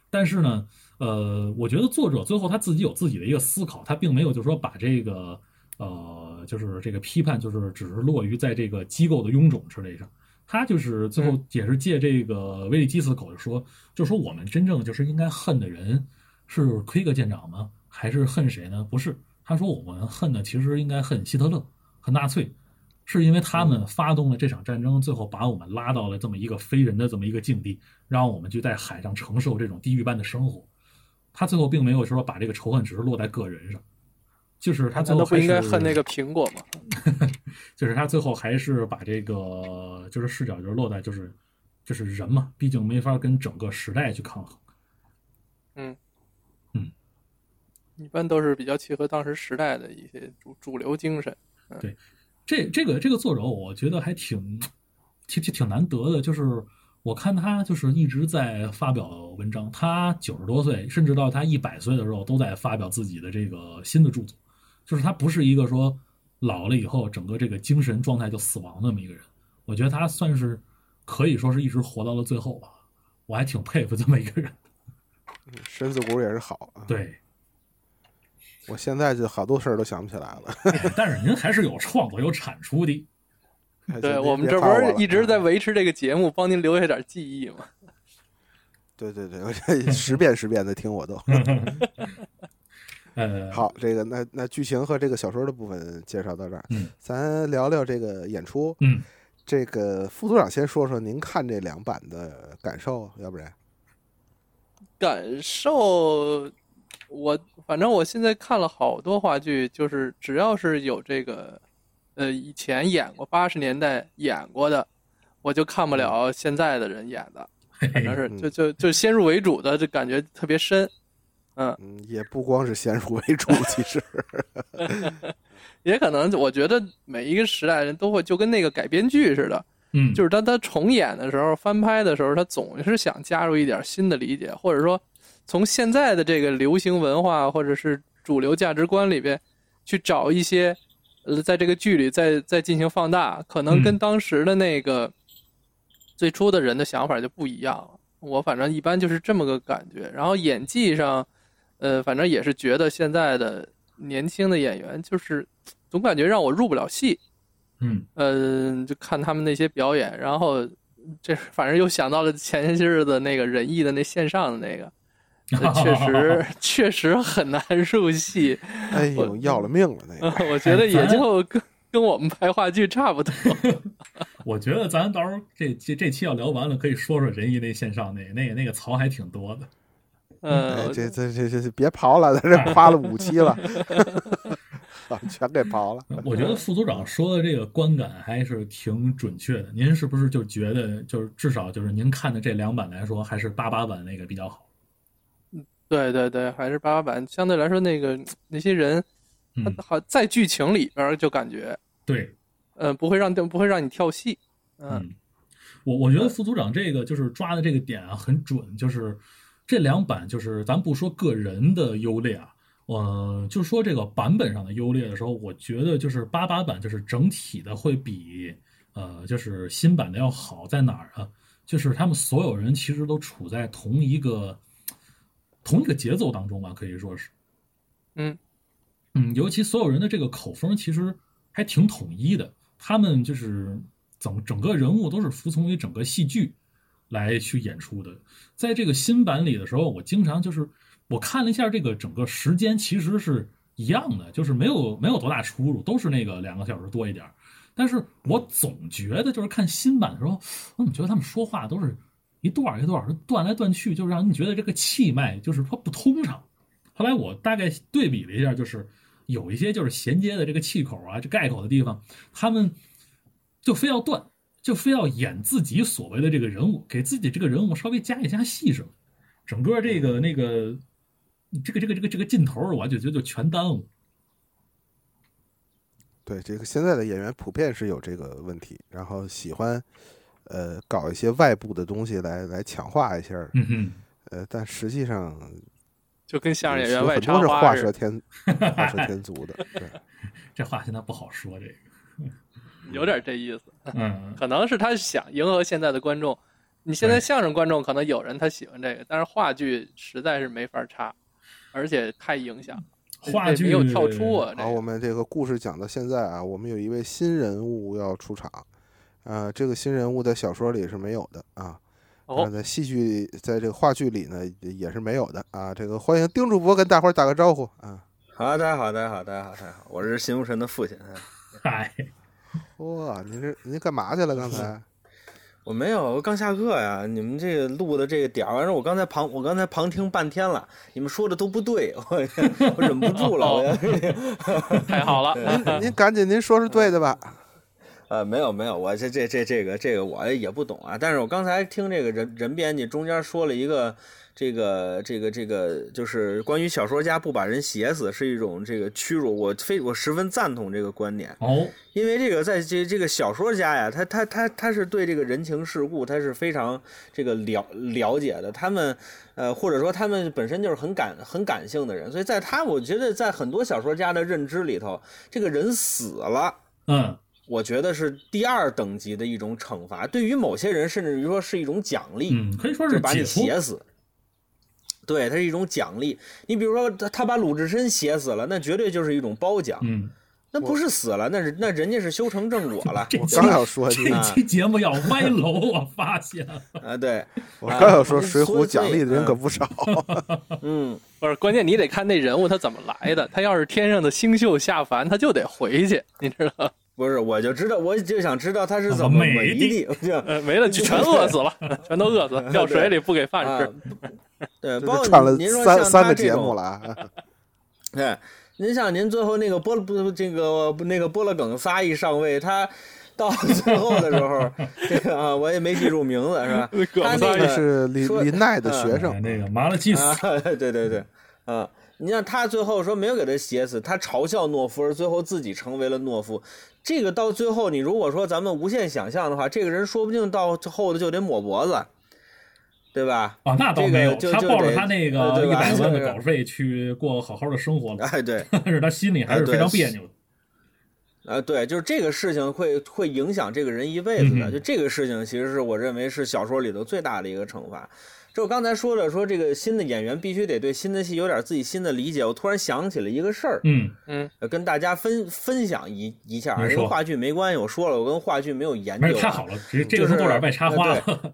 但是呢，呃，我觉得作者最后他自己有自己的一个思考，他并没有就是说把这个呃，就是这个批判，就是只是落于在这个机构的臃肿之类上。他就是最嗯后也是借这个威利基斯的口就说，就说我们真正就是应该恨的人是奎格舰长吗？还是恨谁呢？不是，他说我们恨的其实应该恨希特勒和纳粹，是因为他们嗯发动了这场战争，最后把我们拉到了这么一个非人的这么一个境地，让我们去在海上承受这种地狱般的生活。他最后并没有说把这个仇恨只是落在个人上，就是他最啊后难道不应该还是恨那个苹果吗？就是他最后还是把这个就是视角就是落在就是就是人嘛，毕竟没法跟整个时代去抗衡。一般都是比较契合当时时代的一些主主流精神。这这个这个作者，我觉得还挺挺挺挺难得的。就是我看他就是一直在发表文章，他九十多岁，甚至到他一百岁的时候，都在发表自己的这个新的著作。就是他不是一个说老了以后整个这个精神状态就死亡那么一个人。我觉得他算是可以说是一直活到了最后吧，我还挺佩服这么一个人。身子骨也是好啊。对，我现在就好多事儿都想不起来了。<laughs> 哎 <laughs> 但是您还是有创作有产出的。对别我们别这不夸是我了一直在啊维持这个节目，帮您留下点记忆吗？对对对，我这十遍十遍的听我都。呃，好，这个那那剧情和这个小说的部分介绍到这儿，嗯咱聊聊这个演出。嗯，这个副组长先说说您看这两版的感受，要不然感受我反正我现在看了好多话剧，就是只要是有这个，呃，以前演过八十年代演过的，我就看不了现在的人演的，嘿反正嘿，是嗯就就就先入为主的，就感觉特别深。嗯，嗯，也不光是先入为 <laughs> 主，其实，也可能我觉得每一个时代人都会，就跟那个改编剧似的，嗯，就是当他重演的时候、翻拍的时候，他总是想加入一点新的理解，或者说从现在的这个流行文化或者是主流价值观里边去找一些，呃，在这个剧里再再进行放大，可能跟嗯当时的那个最初的人的想法就不一样了。我反正一般就是这么个感觉，然后演技上，呃，反正也是觉得现在的年轻的演员就是总感觉让我入不了戏，嗯嗯，就看他们那些表演，然后这反正又想到了前些日子那个仁义的那线上的那个，呃确 <laughs> 实确实很难入戏，嗯哎呦，要了命了那个。哎我觉得也就跟跟我们拍话剧差不多。 <laughs> 我觉得咱到时候这这这期要聊完了，可以说说仁义那线上那个那个那个槽还挺多的。 <laughs> 哎嗯，，这这这这这别刨了，咱 <laughs> 这夸了五期了， <laughs> 啊全给刨了。呃我觉得副组长说的这个观感还是挺准确的。您是不是就觉得，就是至少就是您看的这两版来说，还是八八版那个比较好？对对对，还是八八版相对来说那个那些人，嗯，他好在剧情里边儿就感觉，对，嗯，不会让不会让你跳戏。嗯嗯，我我觉得副组长这个就是抓的这个点啊很准，就是这两版就是咱不说个人的优劣啊，呃，就说这个版本上的优劣的时候，我觉得就是八八版就是整体的会比呃就是新版的要好在哪儿啊？就是他们所有人其实都处在同一个同一个节奏当中吧，可以说是，嗯嗯，尤其所有人的这个口风其实还挺统一的，他们就是整整个人物都是服从于整个戏剧来去演出的。在这个新版里的时候，我经常就是我看了一下这个整个时间其实是一样的，就是没有没有多大出入，都是那个两个小时多一点儿。但是我总觉得就是看新版的时候，我怎么觉得他们说话都是一段儿一段儿断来断去，就让你觉得这个气脉就是它不通畅。后来我大概对比了一下，就是有一些就是衔接的这个气口啊，这盖口的地方，他们就非要断，就非要演自己所谓的这个人物，给自己这个人物稍微加一加戏什么，整个这个那个这个这个这个这个劲头儿，啊我就觉得就全耽误。对，这个现在的演员普遍是有这个问题，然后喜欢呃搞一些外部的东西来来强化一下儿，嗯哼，呃，但实际上就跟相声演有员外很插多是花画似蛇的，添画蛇添足的， <laughs> 对。这话现在不好说，这个，有点这意思。嗯，可能是他想迎合现在的观众。你现在对相声观众可能有人他喜欢这个，但是话剧实在是没法插，而且太影响了。话这剧没有跳出啊，这好，我个们这个故事讲到现在啊，我们有一位新人物要出场，呃，这个新人物在小说里是没有的啊，哦啊在戏剧在这个话剧里呢也也是没有的啊。这个欢迎丁主播跟大伙儿打个招呼啊！好，大家好，大家好，大家好，大家好，我是邢如晨的父亲。哎嗨，哇，您这您干嘛去了？刚 <laughs> 才我没有，我刚下课呀。你们这个录的这个点儿，反正我刚才旁，我刚才旁听半天了，你们说的都不对， <laughs> 我我忍不住了，我要太好了，您赶紧您说是对的吧？ <laughs> 呃，没有没有，我这这这这个这个我也不懂啊。但是我刚才听这个人人编辑中间说了一个这个这个这个，就是关于小说家不把人写死是一种这个屈辱，我非我十分赞同这个观点。哦，因为这个，在这这个小说家呀，他他他他是对这个人情世故，他是非常这个了了解的。他们，呃，或者说他们本身就是很感很感性的人，所以在他，我觉得在很多小说家的认知里头，这个人死了，嗯，我觉得是第二等级的一种惩罚。对于某些人，甚至于说是一种奖励。嗯，可以说就是把解你脱，写死。对，它是一种奖励。你比如说，他他把鲁智深写死了，那绝对就是一种褒奖，嗯，。那不是死了，那是那人家是修成正果 <laughs> 了这 <laughs> 我期刚要说这呢，期节目要歪楼，我发现了，啊，对，我刚要说啊《水所浒》以奖励的人可不少。嗯，不是关键，你得看那人物他怎么来的。他要是天上的星宿下凡，他就得回去， <laughs> 你知道吗？不是，我就知道，我就想知道他是怎怎么么没没的的，我就 <laughs> 呃，没了就全饿死了，全都饿死，掉水里不给饭啊吃。，对，这包就串括了您您说像三三他个这节种目了啊！对，您像您最后那个波不这个那个波勒梗撒一上位，他到最后的时候，这个啊我也没记住名字是吧？他 <laughs> 梗撒那这个是林说嗯林奈的学哎生，那个麻辣鸡丝，啊， <laughs> 对对对，啊，你像他最后说没有给他写死，他嘲笑懦夫，而最后自己成为了懦夫。这个到最后，你如果说咱们无限想象的话，这个人说不定到后头就得抹脖子，对吧？ <laughs> 啊，那倒没有，这个他就抱就着得他那呃个对一吧百万就的是稿费去过好好的生活了， <laughs> 哎，对，但是他心里还是非常别扭的。啊，对，就是这个事情会会影响这个人一辈子嗯的。哼就这个事情，其实是我认为是小说里头最大的一个惩罚。就我刚才说的，说这个新的演员必须得对新的戏有点自己新的理解。我突然想起了一个事儿，嗯，呃跟大家分分享一一下啊，您因为说话剧没关系，我说了，我跟话剧没有研没究事，太啊。好了，这这个从豆点外插花就是了。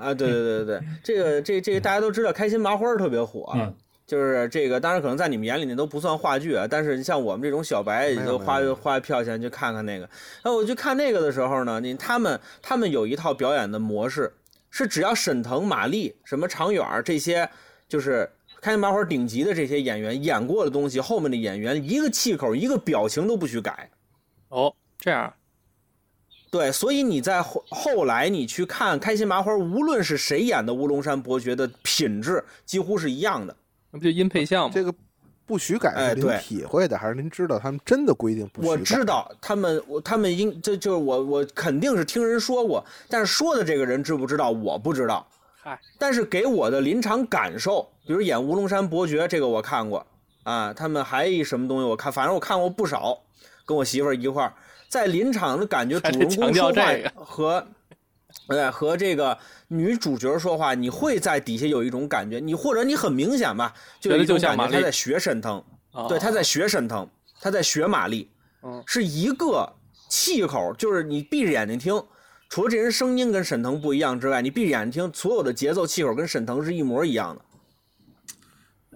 啊，对对对对对，这个这这个大家都知道，开心麻花儿特别火， <laughs> 嗯，就是这个，当然可能在你们眼里那都不算话剧啊，但是你像我们这种小白，有也就花没有花票钱去看看那个。那我去看那个的时候呢，你他们他们有一套表演的模式，是只要沈腾、马丽、什么常远儿这些，就是开心麻花顶级的这些演员演过的东西，后面的演员一个气口、一个表情都不许改。哦，这样对，所以你在后后来你去看开心麻花，无论是谁演的乌龙山伯爵的品质几乎是一样的。那不就音配像吗？这个不许改哎是您对体会的，还是您知道他们真的规定不许改？我知道他们，我他们应这就是我我肯定是听人说过，但是说的这个人知不知道我不知道。嗨，但是给我的临场感受，比如演乌龙山伯爵这个我看过啊，他们还一什么东西我看，反正我看过不少，跟我媳妇儿一块儿在临场的感觉，还主得人公强调说话这个和。对，和这个女主角说话，你会在底下有一种感觉，你或者你很明显吧，就有一种觉得就像感玛觉丽她在学沈腾，啊，对，他在学沈腾，他在学马丽，嗯是一个气口，就是你闭着眼睛听，除了这人声音跟沈腾不一样之外，你闭着眼睛听，所有的节奏气口跟沈腾是一模一样的。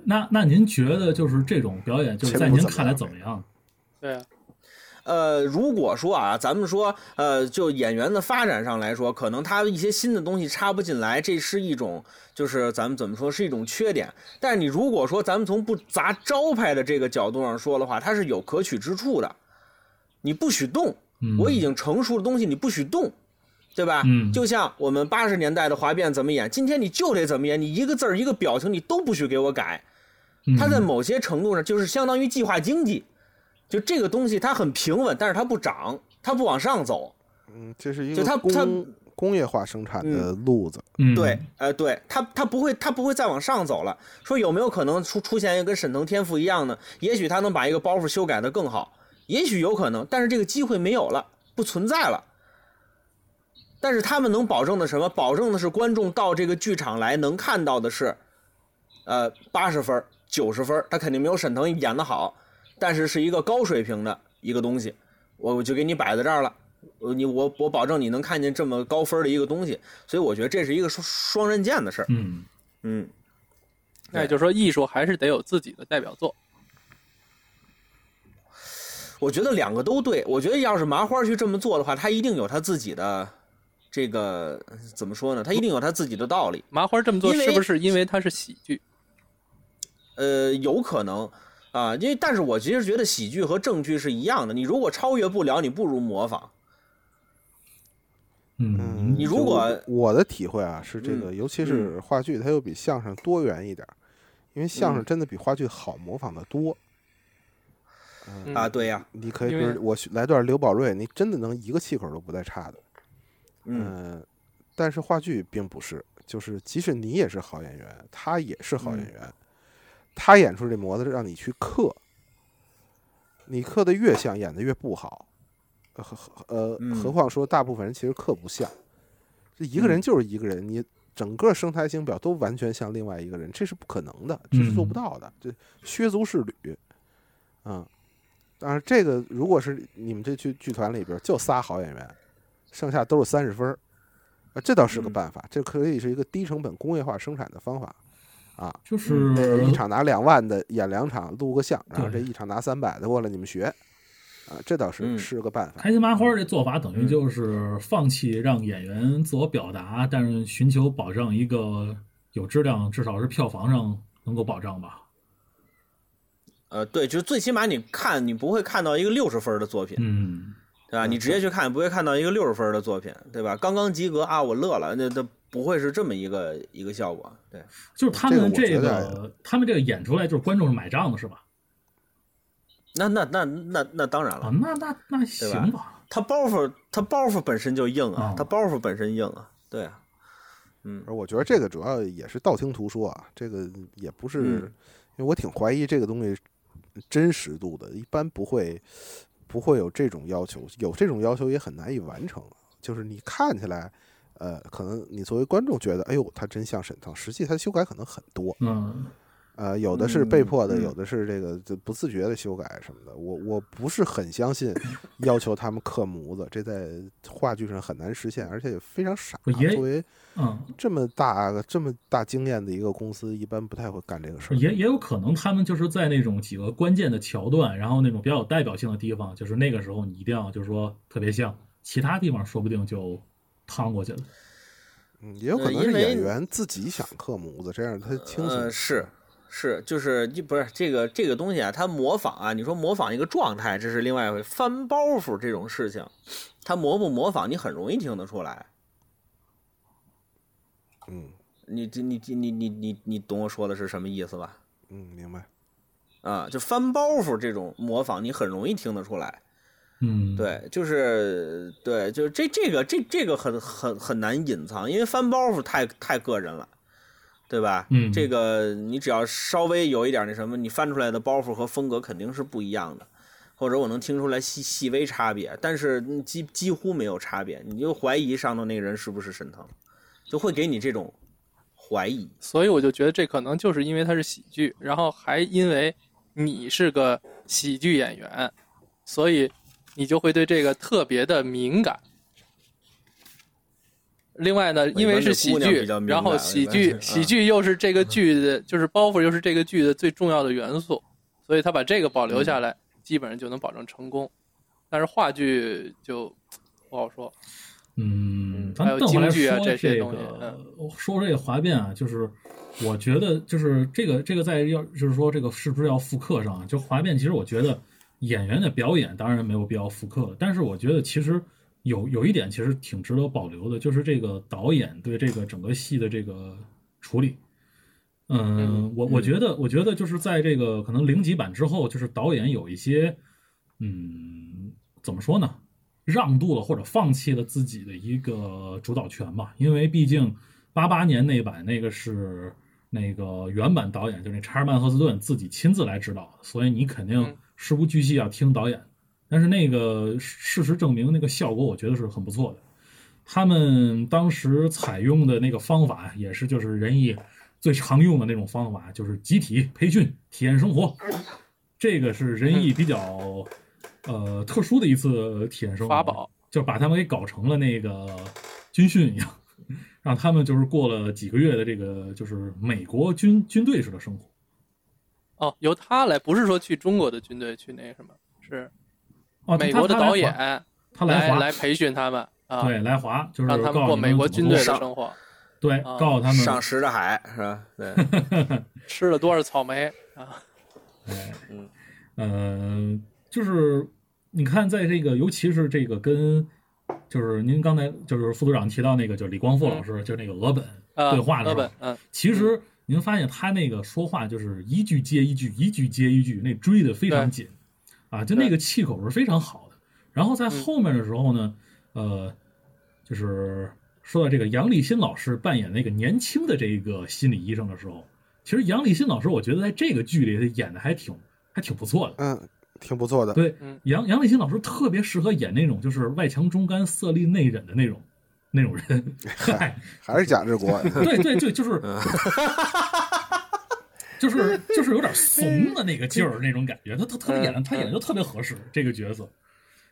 那那您觉得就是这种表演，就是在您看来怎么样？对啊，呃，如果说啊，咱们说，呃，就演员的发展上来说，可能他一些新的东西插不进来，这是一种，就是咱们怎么说，是一种缺点。但是你如果说咱们从不砸招牌的这个角度上说的话，它是有可取之处的。你不许动，嗯我已经成熟的东西你不许动，对吧？嗯就像我们八十年代的滑变怎么演，今天你就得怎么演，你一个字儿一个表情你都不许给我改。嗯它在某些程度上就是相当于计划经济，就这个东西它很平稳，但是它不涨，它不往上走。嗯，这是一就个他工他工业化生产的路子，嗯对，呃，对，它它不会它不会再往上走了。说有没有可能出出现一个跟沈腾天赋一样呢？也许他能把一个包袱修改的更好，也许有可能，但是这个机会没有了，不存在了。但是他们能保证的什么？保证的是观众到这个剧场来能看到的是，呃，八十分、九十分儿，他肯定没有沈腾演的好，但是是一个高水平的一个东西。我我就给你摆在这儿了，呃你我我保证你能看见这么高分儿的一个东西，所以我觉得这是一个双双刃剑的事儿。嗯，嗯，那也就是说，艺术还是得有自己的代表作。我觉得两个都对。我觉得要是麻花去这么做的话，他一定有他自己的这个怎么说呢？他一定有他自己的道理。麻花这么做因为是不是因为它是喜剧？呃，有可能啊，因为但是我其实觉得喜剧和正剧是一样的。你如果超越不了，你不如模仿。嗯，嗯，你就如果我的体会啊是这个，尤其是嗯话剧，它又比相声多元一点儿，因为相声嗯真的比话剧好模仿的多。嗯啊，对呀，你可以，比因为如我学来段刘宝瑞，你真的能一个气口都不带差的。嗯，呃但是话剧并不是，就是即使你也是好演员，他也是好嗯演员，他演出这模子让你去刻，你刻的越像，演的越不好。呃何呃，嗯何况说大部分人其实刻不像，这一个人就是一个人，你整个生态型表都完全像另外一个人，这是不可能的，这是做不嗯到的，这削足适履。嗯，当然这个如果是你们这剧剧团里边就仨好演员，剩下都是三十分儿，啊，这倒是个嗯办法，这可以是一个低成本工业化生产的方法啊。就是嗯呃一场拿两万的演两场，录个像，然后这对一场拿三百的过来你们学，啊，这倒是嗯是个办法。开心麻花这做法等于就是放弃让演员自我表达，但是寻求保障一个有质量，至少是票房上能够保障吧。呃，对，就是最起码你看，你不会看到一个六十分儿的作品，嗯，对吧？你直接去看，不会看到一个六十分儿的作品，对吧？刚刚及格啊，我乐了，那那不会是这么一个一个效果，对。就是他们这个这我觉得个，他们这个演出来就是观众是买账的，是吧？那那那那那当然啊了，，那那那行吧，他包袱他包袱本身就硬啊嗯，他包袱本身硬啊，对啊，嗯，而我觉得这个主要也是道听途说啊，这个也不是，嗯因为我挺怀疑这个东西真实度的，一般不会不会有这种要求，有这种要求也很难以完成。啊就是你看起来，呃，可能你作为观众觉得，哎呦，它真像沈腾，实际它修改可能很多，嗯，呃，有的是被迫的，嗯嗯有的是这个就不自觉的修改什么的。我我不是很相信要求他们刻模子，这在话剧上很难实现，而且也非常傻。啊不也作为嗯，这么大个这么大经验的一个公司，一般不太会干这个事儿。也也有可能他们就是在那种几个关键的桥段，然后那种比较有代表性的地方，就是那个时候你一定要就是说特别像，其他地方说不定就趟过去了。嗯，也有可呃能是因为演员自己想刻模子，这样他轻松。呃是。是，就是一不是这个这个东西啊，它模仿啊，你说模仿一个状态，这是另外一回。翻包袱这种事情，它模不模仿，你很容易听得出来。嗯你你你你你你你懂我说的是什么意思吧？嗯，明白。啊，就翻包袱这种模仿，你很容易听得出来。嗯，，对，就是对，就是这这个这这个很很很难隐藏，因为翻包袱太太个人了，对吧？嗯这个你只要稍微有一点那什么，你翻出来的包袱和风格肯定是不一样的，或者我能听出来细细微差别，但是嗯几几乎没有差别，你就怀疑上头那个人是不是沈腾，就会给你这种怀疑。所以我就觉得这可能就是因为它是喜剧，然后还因为你是个喜剧演员，所以你就会对这个特别的敏感。另外呢，因为是喜我一般对姑娘剧比较，敏感然后喜我一剧般是嗯喜剧又是这个剧的，就是包袱又是这个剧的最重要的元素，所以他把这个保留嗯下来，基本上就能保证成功。但是话剧就不好说，嗯，咱还有们回来京剧啊说这些这东西嗯个，说这个滑变啊，就是我觉得就是这个这个在要就是说这个是不是要复刻上啊？就滑变，其实我觉得演员的表演当然没有必要复刻，但是我觉得其实有有一点其实挺值得保留的，就是这个导演对这个整个戏的这个处理。嗯嗯，我我觉得，我觉得就是在这个可能零几版之后，就是导演有一些，嗯，怎么说呢，让渡了或者放弃了自己的一个主导权吧，因为毕竟八八年那版那个是那个原版导演就是那查尔曼赫斯顿自己亲自来指导的，所以你肯定嗯事无巨细要听导演。但是那个事实证明，那个效果我觉得是很不错的。他们当时采用的那个方法也是就是人艺最常用的那种方法，就是集体培训、体验生活。这个是人艺比较呃特殊的一次体验生活法宝。就把他们给搞成了那个军训一样， <laughs> 让他们就是过了几个月的这个就是美国军军队式的生活。哦，由他来，不是说去中国的军队去那个什么，是哦，他美国的导，他演他来来华，来培训他们啊，对，来华就是让他告们诉过你美国怎军么队的过上生活，对，啊告诉他们上石的海是吧？对，吃了多少草莓啊？呃，就是你看，在这个，尤其是这个跟，就是您刚才就是副组长提到那个，就是李光复老师，就是那个俄本啊对话的老时候本，，嗯，其实您发现他那个说话就是一句接一句，一句接一句，那追的非常紧，啊，就那个气口是非常好的。然嗯后在后面的时候呢，呃，就是说到这个杨立新老师扮演那个年轻的这个心理医生的时候，其实杨立新老师我觉得在这个剧里他演的还挺还挺不错的。嗯，挺不错的。对嗯，杨杨立新老师特别适合演那种就是外强中干、色厉内荏的那种那种 <laughs> 人。嗨，还是贾志国，对对对，就是，嗯就是就是有点怂的那个劲嗯儿，那种感觉。他他特别演的，他演的就特别合适这个角色。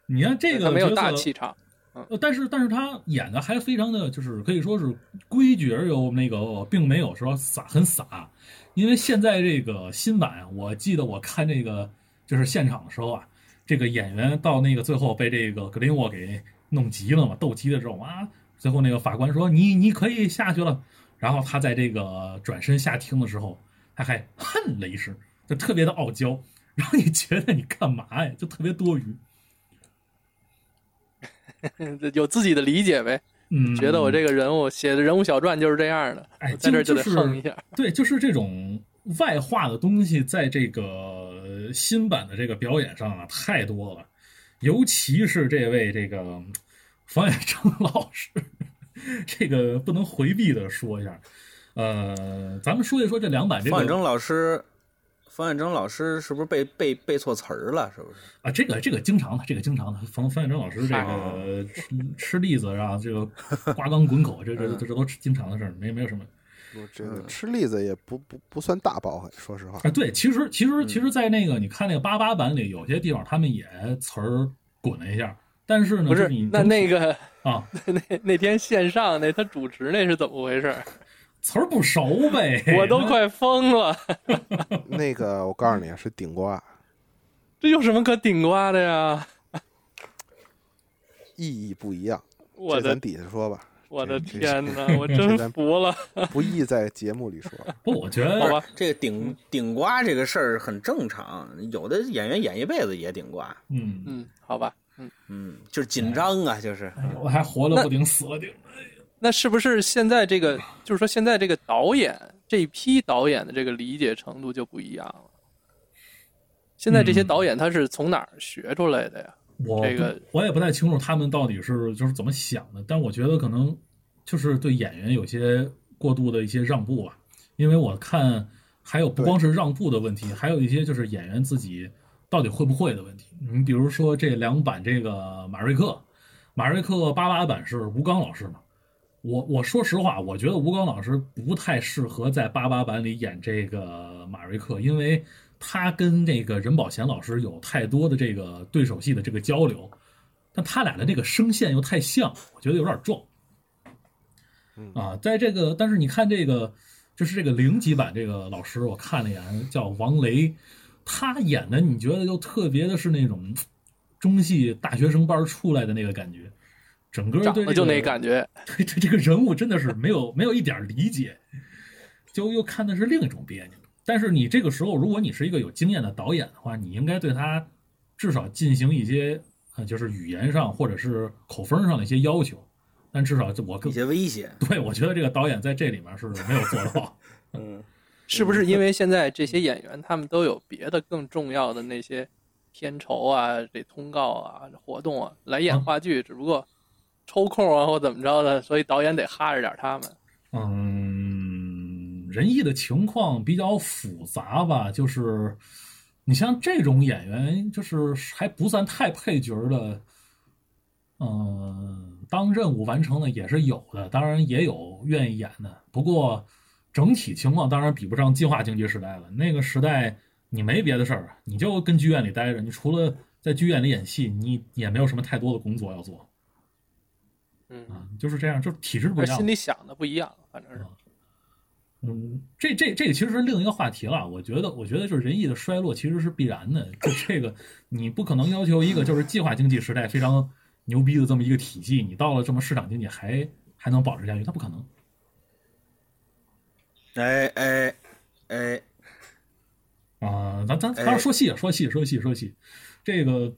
你看这他个没有角色大气场， <laughs> 呃，但是但是他演的还非常的就是可以说是规矩而又那个，并没有说洒很洒，因为现在这个新版啊，我记得我看这个就是现场的时候啊，这个演员到那个最后被这个格林沃给弄急了嘛，斗急了之后啊，最后那个法官说你你可以下去了，然后他在这个转身下厅的时候，他还哼了一声，就特别的傲娇。 <laughs> 然后你觉得你干嘛呀？就特别多余。有自己的理解呗，嗯，觉得我这个人物写的人物小传就是这样的，哎我在这儿就得就是横一下。对，就是这种外化的东西，在这个新版的这个表演上啊，太多了，尤其是这位这个房远征 <laughs> 老师，这个不能回避的说一下。呃，咱们说一说这两 <laughs> 版这方远个征老师，方远征老师是不是背背背错词儿了？是不是？啊，这个这个经常的，这个经常的。冯冯远征老师这嗨个吃吃栗子啊，这个 <laughs> 刮肛滚口，这这嗯这这都是经常的事儿，没没有什么。 <laughs> 我这个吃栗子也不不不算大包，说实话啊，对，其实其实其嗯实，在那个你看那个八八版里，有些地方他们也词儿滚了一下，但是呢，不就是你，那整那体个啊那那天线上那他主持那是怎么回事？哎词儿不熟呗，我都那快疯了，嗯那个我告诉你啊是顶瓜，这有什么可顶呱的呀？意义不一 <laughs> 样。我这的咱底下说吧，我的这天哪，我真咱服了，不宜在节目里说。不，我觉好得吧？这个顶顶瓜这个事儿很正常，有的演员演一辈子也顶瓜，嗯，嗯，好吧，嗯，嗯，就是紧张啊，就是哎我还活了不顶，死了顶。那是不是现在这个就是说现在这个导演这一批导演的这个理解程度就不一样了？现在这些嗯导演他是从哪儿学出来的呀？我不这个我也不太清楚他们到底是就是怎么想的，但我觉得可能就是对演员有些过度的一些让步吧，因为我看还有不光是让步的问题，还有一些就是演员自己到底会不会的问题。你比如说这两版这个马瑞克，马瑞克八八版是吴刚老师嘛，我我说实话，我觉得吴刚老师不太适合在八八版里演这个马瑞克，因为他跟那个任宝贤老师有太多的这个对手戏的这个交流，但他俩的那个声线又太像，我觉得有点撞。嗯啊，在这个，但是你看这个，就是这个零级版这个老师，我看了一眼，叫王雷，他演的你觉得就特别的是那种中戏大学生班出来的那个感觉，整个长嗯对、这得个、就那感觉， <laughs> 对这这个人物真的是没有没有一点理解，就又看的是另一种别扭。但是你这个时候，如果你是一个有经验的导演的话，你应该对他至少进行一些呃，就是语言上或者是口风上的一些要求。但至少我一更些危险。对我觉得这个导演在这里面是没有做到。嗯，是不是因为现在这些演员他们都有别的更重要的那些片酬啊、这通告啊、活动啊来演嗯话剧，只不过抽空啊或怎么着的，所以导演得哈着点他们。嗯，仁义的情况比较复杂吧，就是你像这种演员，就是还不算太配角儿的，嗯，当任务完成的也是有的，当然也有愿意演的，不过整体情况当然比不上进化经济时代了。那个时代你没别的事儿，啊你就跟剧院里待着，你除了在剧院里演戏，你也没有什么太多的工作要做嗯，啊，就是这样，就是体制不而一样心。里想的不一样，反正是嗯嗯，这这这其实是另一个话题了。我觉得，我觉得就是仁义的衰落其实是必然的。就这个，你不可能要求一个就是计划经济时代非常牛逼的这么一个体系，你到了这么市场经济还还能保持下去，它不可能。哎哎哎，啊、咱咱哎咱说细说细说细说细，这个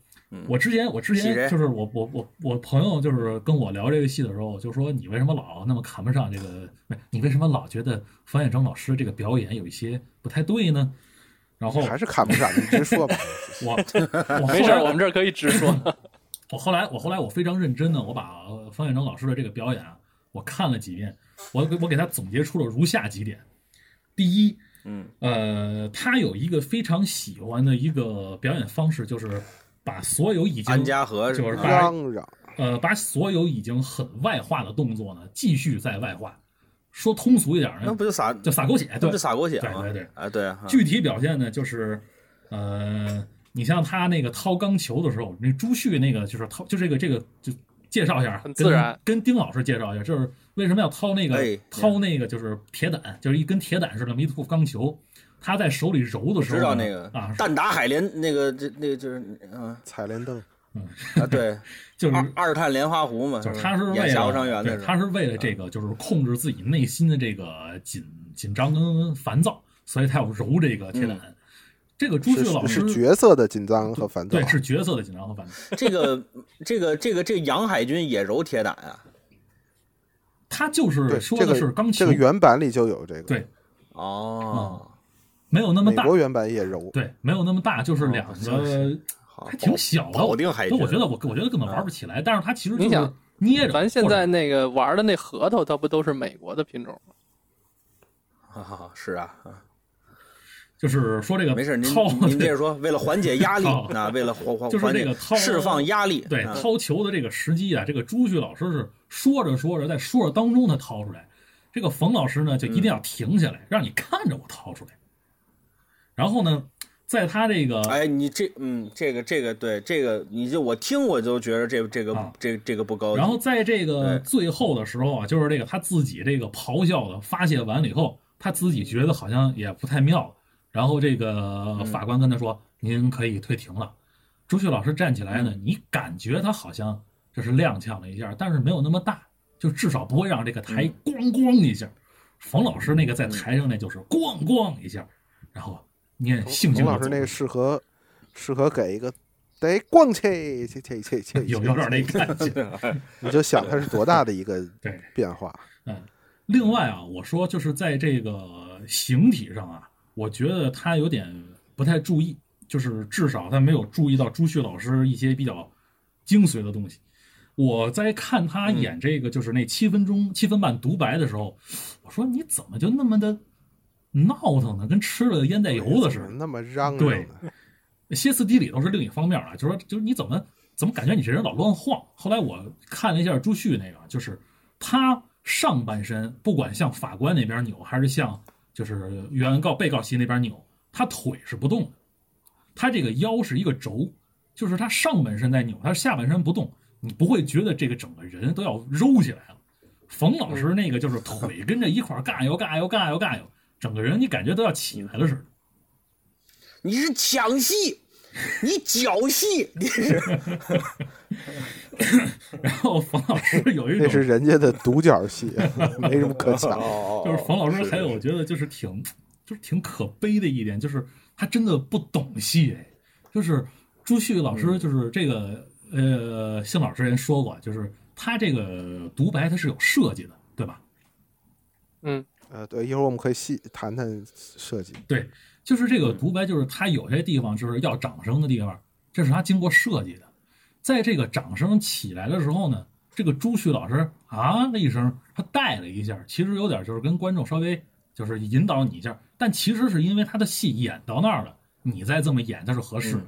我之前我之喜人前就是我我我我朋友就是跟我聊这个戏的时候，就说你为什么老那么看不上这个，不是你为什么老觉得冯远征老师这个表演有一些不太对呢？然后还是看不上，你直说 <laughs> 吧。我我没后事来 <laughs> 儿，我们这儿可以直说。我后来我后来我非常认真的，我把呃方远征老师的这个表演啊，我看了几遍，我我给他总结出了如下几点：第一，嗯，呃，他有一个非常喜欢的一个表演方式，就是把所有已经安家和啊就是是吧把嚷嚷，呃把所有已经很外化的动作呢，继续再外化。说通俗一点那呢不，就撒就撒狗血，那对不就，撒狗血吗？对对对啊对啊，具体表现呢，就是，呃，你像他那个掏钢球的时候，那朱旭那个就是掏，就这个这个就介绍一下啊，很跟自然跟丁老师介绍一下，就是为什么要掏那个、哎掏那个就是铁胆，就是一根铁胆似的那么一副钢球，他在手里揉的时候知呢，道那个啊，蛋打海莲那个这那个就是嗯踩莲灯，啊，对， <laughs> 就是二二探莲花湖嘛，就是吧他是演为《侠湖伤员》了，的对，时候，嗯他是为了这个，就是控制自己内心的这个紧紧张跟烦躁，所以他要揉这个铁胆。嗯这个朱是雀老师是角色的紧张和烦躁对，是角色的紧张和烦躁。这个这个这个这个杨海军也揉铁胆啊，他就是对说这的个是钢这琴，个原版里就有这个，对哦，嗯没有那么美大，国原版也柔，对，没有那么大，就是两哦个好，还挺小的。保我保定海军我觉得我我觉得根本玩不起来，但是他其实就你是想捏着。咱现或在者那个玩的那核桃，它不都是美国的品种吗？啊是啊，啊就是说这个 <laughs> 没事，您掏您您接着说，为了缓解压力好啊，为 <laughs> 了缓缓就是缓这个解掏释放压力，对啊掏球的这个时机啊，这个朱旭老师是说着说着，在说着当中他掏出来，这个冯老师呢就一嗯定要停下来，让你看着我掏出来。然后呢，在他这个哎，你这嗯，这个这个对这个，你就我听我就觉得这这个啊这这个不高级，然后在这个对最后的时候啊，就是这个他自己这个咆哮的发泄完了以后，他自己觉得好像也不太妙了。然后这个嗯法官跟他说：“您可以退庭了。”朱旭老师站起来嗯呢，你感觉他好像就是踉跄了一下，但是没有那么大，就至少不会让这个台嗯咣咣一下。冯老师那个在台上那就是咣咣一下，然后你也冯悻悻地老师走那了个适合适合给一个得逛去去去去去，有有点那感觉。你就想它是多大的一个 <laughs> 对变化，另外啊，我说就是在这个形体上啊，我觉得他有点不太注意，就是至少他没有注意到朱旭老师一些比较精髓的东西。我在看他演这个就是那七分钟、七分半独白的时候，我说你怎么就那么的闹腾呢？跟吃了烟袋油子似怎么的。那么嚷嚷对呢？歇斯底里头是另一方面啊了，就说就是你怎么怎么感觉你这人老乱晃？后来我看了一下朱旭那个，就是他上半身不管向法官那边扭，还是向就是原告被告席那边扭，他腿是不动的，他这个腰是一个轴，就是他上半身在扭，他下半身不动，你不会觉得这个整个人都要揉起来了。冯老师那个就是腿跟着一块儿 <laughs> 尬游尬游尬游尬游，整个人你感觉都要起来了似的。你是抢戏，你脚戏，你是然后冯老师有一那种是人家的独角 <laughs> 戏，没什么可抢。哦 <laughs> 就是冯老师还有，我是觉得就是挺，就是挺可悲的一点，就是他真的不懂戏，哎，就是朱旭老嗯师，就是这个、呃，幸老师之前说过，就是他这个独白他是有设计的，对吧？嗯，呃，对，一会儿我们可以细谈谈设计。对，就是这个独白，就是他有些地方就是要掌声的地方，这是他经过设计的。在这个掌声起来的时候呢，这个朱旭老师啊那一声，他带了一下，其实有点就是跟观众稍微就是引导你一下，但其实是因为他的戏演到那儿了，你再这么演他是合适的。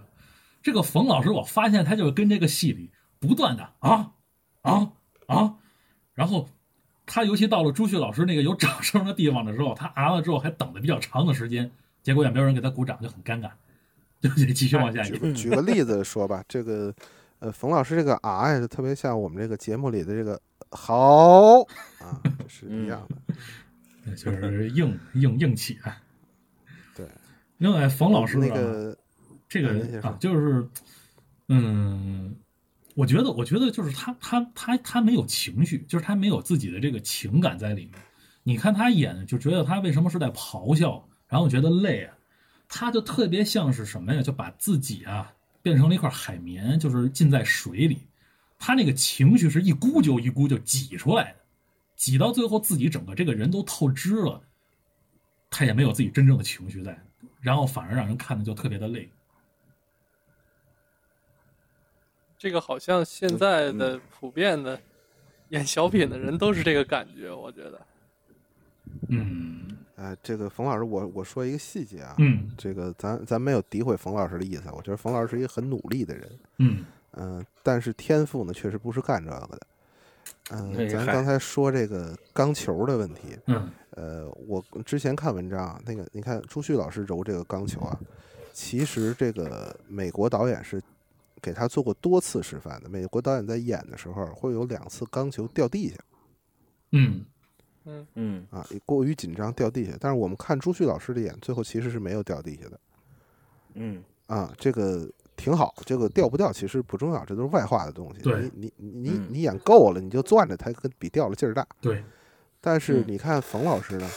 这个冯老师，我发现他就跟这个戏里不断的啊啊啊，然后他尤其到了朱旭老师那个有掌声的地方的时候，他啊了之后还等了比较长的时间，结果也没有人给他鼓掌，就很尴尬。对不起，继续往下举演。个举个例子说吧，这个呃，冯老师这个啊呀，就特别像我们这个节目里的这个 <laughs> 好啊，这是一样嗯的。就是硬硬硬气啊。对。另外，冯老师呢，啊那个这啊您先个说啊，就是，嗯，我觉得，我觉得就是他，他，他，他没有情绪，就是他没有自己的这个情感在里面。你看他演，就觉得他为什么是在咆哮，然后觉得累啊，他就特别像是什么呀？就把自己啊变成了一块海绵，就是浸在水里。他那个情绪是一咕就一咕就挤出来的，挤到最后自己整个这个人都透支了，他也没有自己真正的情绪在，然后反而让人看的就特别的累。这个好像现嗯在的普遍的 <laughs> 演小品的人都是这个感觉，我觉得。嗯呃，这个冯老师，我我说一个细节啊，嗯这个咱咱没有诋毁冯老师的意思啊，我觉得冯老师是一个很努力的人，嗯嗯、但是天赋呢，确实不是干这个的。嗯、哎咱嗨刚才说这个钢球的问题，嗯呃，我之前看文章啊，那个你看朱旭老师揉这个钢球啊，其实这个美国导演是给他做过多次示范的。美国导演在演的时候会有两次钢球掉地下嗯嗯啊，过于紧张掉地下。但是我们看朱旭老师的演，最后其实是没有掉地下的嗯啊。这个挺好。这个掉不掉其实不重要，这都是外化的东西。对你你你嗯你演够了，你就攥着它，跟比掉了劲儿大。对，但是嗯你看冯老师呢，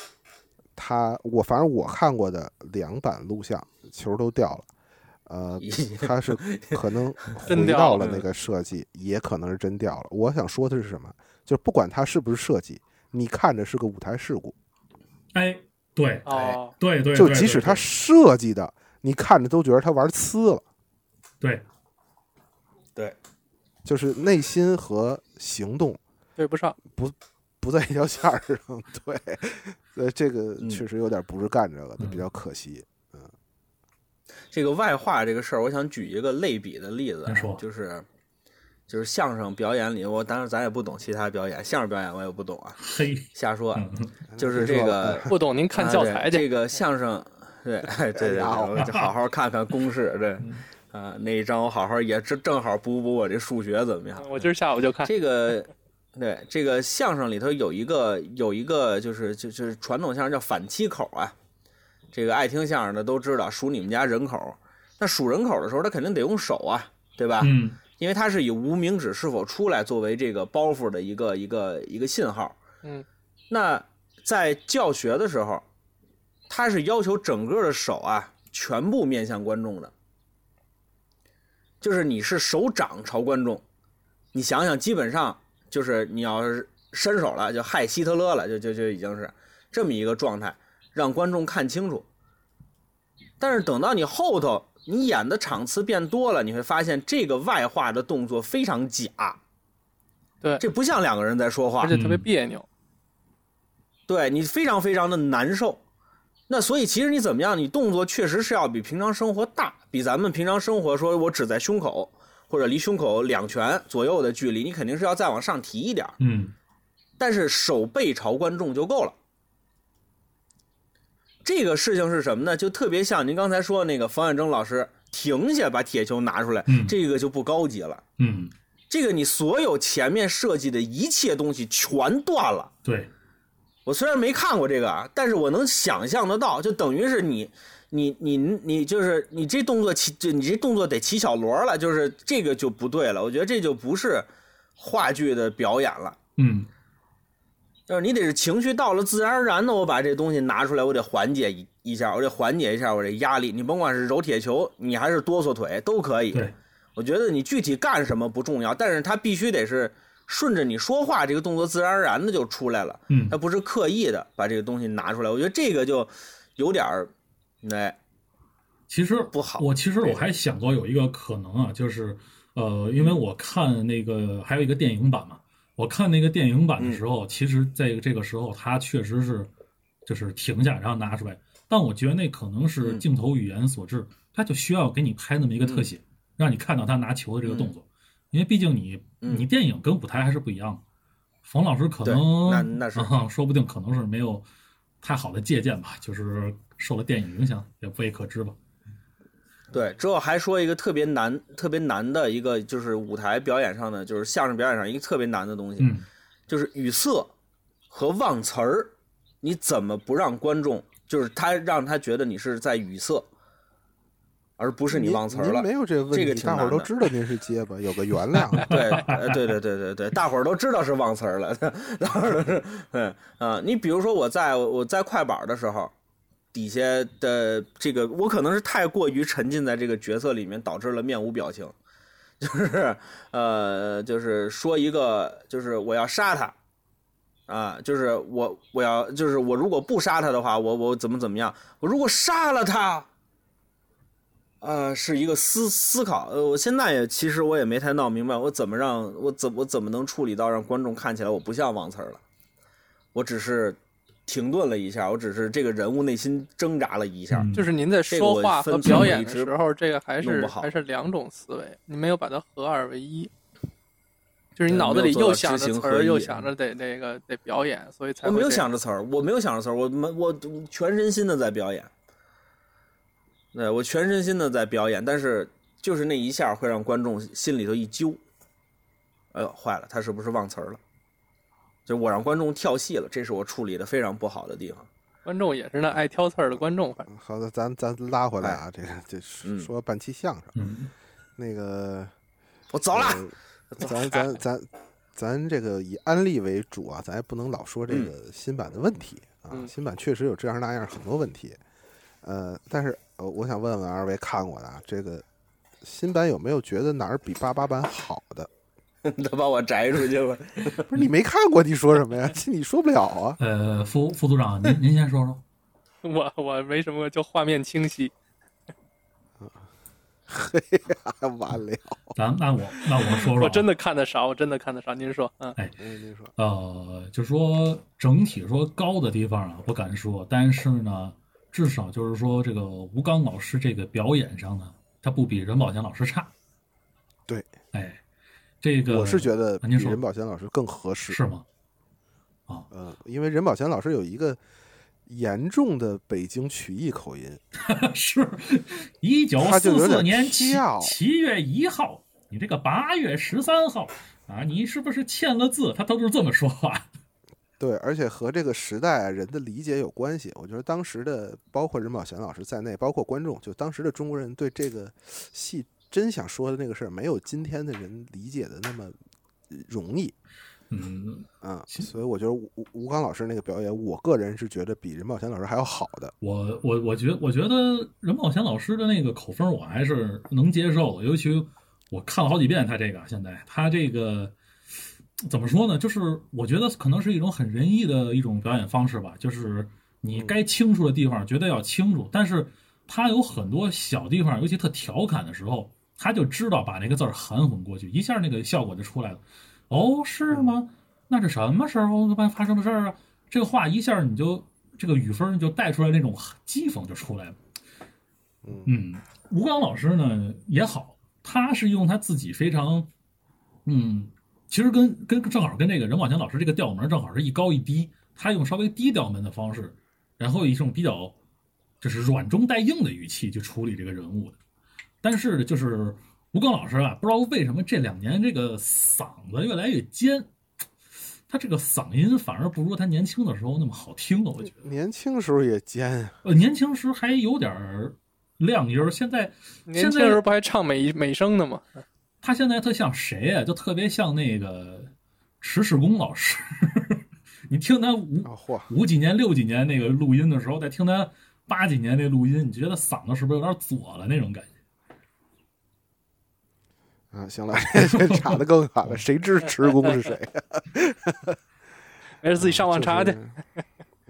他我反正我看过的两版录像，球都掉了。呃，他 <laughs> 是可能真回掉到了了那个设计，也可能是真掉了。我想说的是什么？就是不管它是不是设计，你看着是个舞台事故，哎，对哦，对对，就对即使它设计的，你看着都觉得他玩呲了，对就是内心和行动对不上，不在一条线儿上。 <laughs> 对，呃，这个嗯确实有点不是干这个的，嗯比较可惜。这个外化这个事儿，我想举一个类比的例子啊您说，就是就是相声表演里，我当然咱也不懂其他表演，相声表演我也不懂啊，嘿，瞎说啊，嗯嗯就是谁这说 <laughs> 个嗯不懂您看啊教对材去。这个相声，对对对对，哎好我就好好看看公式，嗯对，啊，那一章我好好也正正好补补我这数学怎么样？我今儿下午 <laughs> 就看，这个，对这个相声里头有一个有一个就是就就是传统相声叫反七口啊，这个爱听相声的都知道数你们家人口，那数人口的时候他肯定得用手啊，对吧？嗯，因为它是以无名指是否出来作为这个包袱的一个一个一个信号。嗯，那在教学的时候，它是要求整个的手啊全部面向观众的，就是你是手掌朝观众，你想想，基本上就是你要是伸手了，就害希特勒了，就就就已经是这么一个状态，让观众看清楚。但是等到你后头你演的场次变多了，你会发现这个外化的动作非常假，对，这不像两个人在说话嗯而，且特别别扭。对你非常非常的难受。那所以其实你怎么样，你动作确实是要比平常生活大，比咱们平常生活说我只在胸口或者离胸口两拳左右的距离，你肯定是要再往上提一点儿。嗯，但是手背朝观众就够了。这个事情是什么呢？就特别像您刚才说那个冯远征老师停下把铁球拿出来，嗯这个就不高级了。嗯，这个你所有前面设计的一切东西全断了。对，我虽然没看过这个啊，但是我能想象得到，就等于是你，你你你就是你这动作起，就你这动作得起小锣了，就是这个就不对了。我觉得这就不是话剧的表演了。嗯，就是你得是情绪到了，自然而然的，我把这东西拿出来，我得缓解一一下，我得缓解一下我这压力。你甭管是揉铁球，你还是哆嗦腿都可以。对，我觉得你具体干什么不重要，但是它必须得是顺着你说话这个动作自然而然的就出来了，嗯它，不是刻意的把这个东西拿出来。我觉得这个就有点儿，哎，其实不好我其实对我还想过有一个可能啊，就是呃，因为我看那个还有一个电影版嘛，我看那个电影版的嗯时候，其实在这个时候他确实是就是停下然后拿出来，但我觉得那可能是嗯镜头语言所致，他就需要给你拍那么一个特写，让你看到他拿球的这个动作，因为毕竟你嗯你电影跟舞台还是不一样的。冯老师可对能那那是啊 <laughs> 说不定可能是没有太好的借鉴吧，就是受了电影影响，也不未可知吧。对，之后还说一个特别难、特别难的一个，就是舞台表演上的，就是相声表演上一个特别难的东西，嗯，就是语塞和忘词儿，你怎么不让观众，就是他让他觉得你是在语塞，而不是你您忘词儿您了没。有这个问这题，个挺大伙儿难都的知道您是结巴，有个原 <laughs> 谅。对，呃对对对对对，大伙儿都知道是忘词儿了，大伙儿都是，嗯啊，你比如说我在我在快板的时候，底下的这个我可能是太过于沉浸在这个角色里面，导致了面无表情，就是呃，就是说一个就是我要杀他。啊，就是我，我要，就是我，如果不杀他的话，我我怎么怎么样？我如果杀了他，呃，是一个思思考。呃，我现在也其实我也没太闹明白，我怎么让我怎我怎么能处理到让观众看起来我不像忘词儿了？我只是停顿了一下，我只是这个人物内心挣扎了一下。嗯就是您在说话和表演的时候，这个还弄是不好还是两种思维，你没有把它合二为一。就是你对脑子里没有又做到想着知行词合儿，一又想着得那个得表演，所以才我会没有这样想着词儿，我没有想着词儿，我没我全身心的在表演。对，我全身心的在表演，但是就是那一下会让观众心里头一揪，哎呦，坏了，他是不是忘词儿了？就我让观众跳戏了，这是我处理的非常不好的地方。观众也是那爱挑刺儿的观众，反正好的，咱咱拉回来啊，这个这哎嗯说半期相声。嗯那个我走了。呃咱咱咱咱这个以安利为主啊，咱也不能老说这个新版的问题啊。嗯新版确实有这样那样很多问题，呃，但是呃，我想问问二位看过的啊，这个新版有没有觉得哪儿比八八版好的？ <laughs> 他把我摘出去了。不是你没看过，你说什么呀？ <laughs> 你说不了啊。 <laughs> 呃，副副组长，您您先说说。 <laughs> 我我没什么，就画面清晰。完了，咱那我那我说说啊，我真的看的少，我真的看的少。您说，嗯嗯，您说，呃，就说整体说高的地方啊，不敢说，但是呢，至少就是说这个吴刚老师这个表演上呢，他不比任宝强老师差。对，哎，这个我是觉得啊比您说任宝贤老师更合适。是吗？ <laughs> 嗯，因为任宝贤老师有一个严重的北京曲艺口音，是，一九他就四有四点年七跳七月一号，你这个八月十三号啊，你是不是欠了字？他都是这么说话。对，而且和这个时代啊人的理解有关系。我觉得当时的，包括任宝贤老师在内，包括观众，就当时的中国人对这个戏真想说的那个事儿，没有今天的人理解的那么容易嗯，啊、所以我觉得吴吴吴刚老师那个表演，我个人是觉得比任宝贤老师还要好的。我我我觉我觉得任宝贤老师的那个口风我还是能接受的，尤其我看了好几遍他这个，现在他这个怎么说呢？就是我觉得可能是一种很仁义的一种表演方式吧，就是你该清楚的地方绝对要清楚，但是他有很多小地方，尤其他调侃的时候，他就知道把那个字儿含混过去，一下那个效果就出来了。哦，是吗？那是什么时候发发生的事儿啊？这个话一下你就这个语风就带出来那种讥讽就出来了。嗯嗯，吴刚老师呢也好，他是用他自己非常，嗯，其实跟跟正好跟这个任广强老师这个调门正好是一高一低，他用稍微低调门的方式，然后以一种比较就是软中带硬的语气去处理这个人物的。但是呢就是吴刚老师啊，不知道为什么这两年这个嗓子越来越尖，他这个嗓音反而不如他年轻的时候那么好听啊了，我觉得。年轻时候也尖啊，呃，年轻时还有点儿亮音儿，现在年现轻时候在不还唱美美声呢吗？他现在特像谁呀、就特别像那个迟世功老师。 <laughs> 你听他五啊嚯，五几年、六几年那个录音的时候，再听他八几年那录音，你觉得嗓子是不是有点左了那种感觉？啊，行了， <laughs> 这查的更狠了，谁知迟工是谁？啊没事，自己上网查去。就是。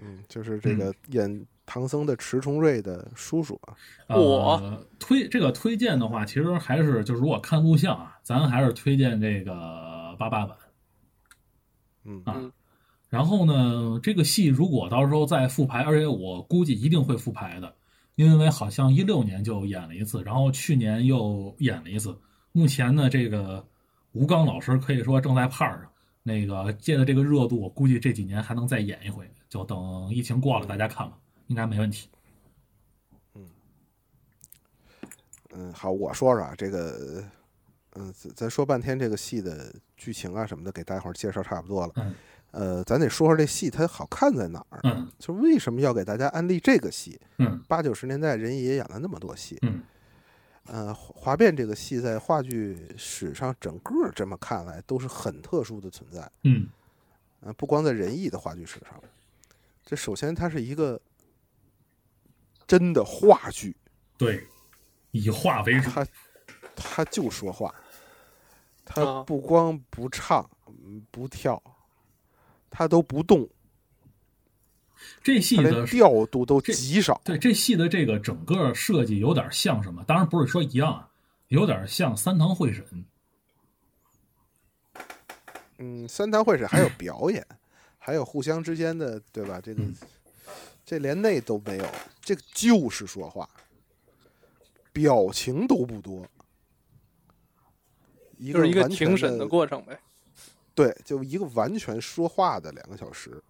嗯，就是这个演唐僧的迟重瑞的叔叔啊，呃我推这个推荐的话，其实还是就是如果看录像啊，咱还是推荐这个八八版。嗯啊嗯然后呢，这个戏如果到时候再复排，而且我估计一定会复排的，因为好像一六年就演了一次，然后去年又演了一次。目前呢，这个吴刚老师可以说正在派儿上，那个借着这个热度，我估计这几年还能再演一回，就等疫情过了大家看吧，应该没问题。嗯，好，我说说啊，这个，嗯，咱咱说半天这个戏的剧情啊什么的，给大家伙儿介绍差不多了。嗯呃，咱得说说这戏它好看在哪儿，嗯就为什么要给大家安利这个戏？嗯八九十年代人也演了那么多戏，嗯呃，华华变这个戏在话剧史上整个这么看来都是很特殊的存在。嗯呃，不光在仁义的话剧史上，这首先它是一个真的话剧，对，以话为主。它它就说话，它啊不光不唱嗯不跳，它都不动，这戏它的连调度都这极少。对这戏的这个整个设计有点像什么？当然不是说一样啊，有点像三堂会审。嗯，三堂会审还有表演，还有互相之间的，对吧？这个、这连那都没有，这个就是说话，表情都不多。一就是一个完全庭审的过程呗。对，就一个完全说话的两个小时。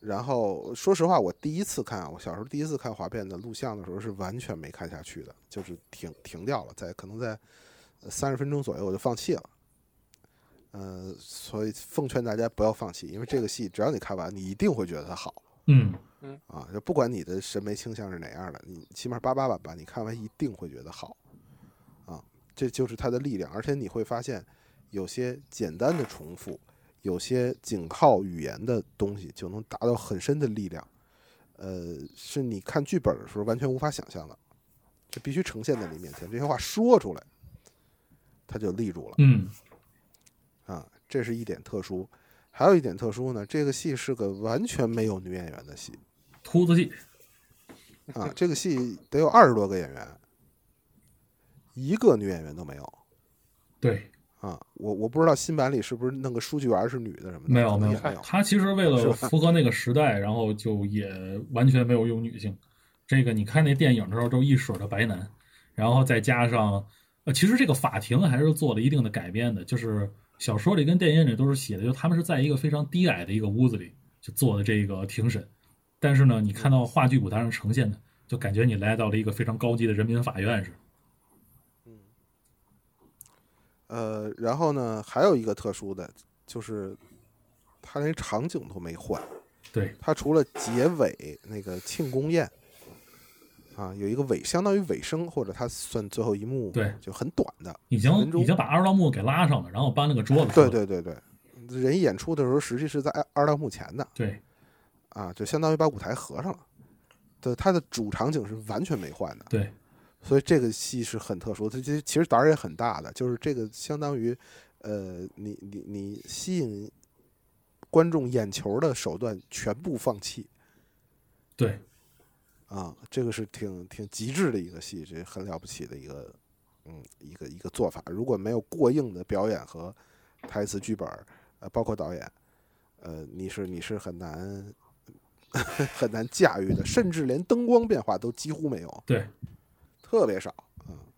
然后，说实话，我第一次看啊，我小时候第一次看华变的录像的时候是完全没看下去的，就是停停掉了，在可能在三十分钟左右我就放弃了。呃，所以奉劝大家不要放弃，因为这个戏只要你看完，你一定会觉得它好嗯，啊！就不管你的审美倾向是哪样的，你起码八八版吧，你看完一定会觉得好啊。这就是它的力量。而且你会发现，有些简单的重复，有些仅靠语言的东西，就能达到很深的力量。呃，是你看剧本的时候完全无法想象的，这必须呈现在你面前。这些话说出来，它就立住了嗯，啊，这是一点特殊。还有一点特殊呢，这个戏是个完全没有女演员的戏秃子戏，啊，这个戏得有二十多个演员，一个女演员都没有。对，啊，我我不知道新版里是不是弄个书记员是女的什么的，没有可没能有也没有，他其实为是了吧符合那个时代，然后就也完全没有用女性。这个你看那电影的时候，都一水的白男，然后再加上，呃，其实这个法庭还是做了一定的改编的，就是小说里跟电影里都是写的，就他们是在一个非常低矮的一个屋子里就做的这个庭审，但是呢，你看到话剧舞台上呈现的，就感觉你来到了一个非常高级的人民法院似的。呃，然后呢，还有一个特殊的就是，他连场景都没换，对，他除了结尾那个庆功宴，啊，有一个尾，相当于尾声或者他算最后一幕，对就很短的，已经几分钟已经把二道幕给拉上了，然后搬了个桌子出来。对对对对，人演出的时候实际是在二二道幕前的对，啊，就相当于把舞台合上了，对，他的主场景是完全没换的。对，所以这个戏是很特殊，它其实其实胆儿也很大的，就是这个相当于，呃，你你你吸引观众眼球的手段全部放弃对，啊，这个是挺挺极致的一个戏，这很了不起的一个，嗯，一个一个做法。如果没有过硬的表演和台词、剧本儿，呃，包括导演，呃，你是你是很难 <laughs> 很难驾驭的，甚至连灯光变化都几乎没有，对。特别少。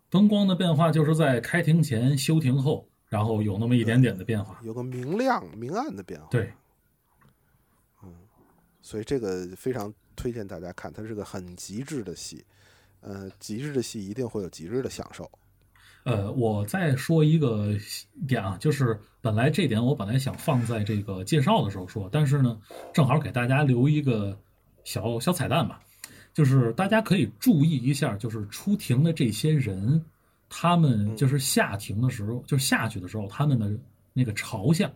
灯光的变化就是在开庭前、休庭后，然后有那么一点点的变化。有个明亮、明暗的变化。对，所以这个非常推荐大家看，它是个很极致的戏。呃，极致的戏一定会有极致的享受。呃，我再说一个点啊，就是本来这点我本来想放在这个介绍的时候说，但是呢，正好给大家留一个小小彩蛋吧，就是大家可以注意一下，就是出庭的这些人，他们就是下庭的时候，就是下去的时候，他们的那个朝向。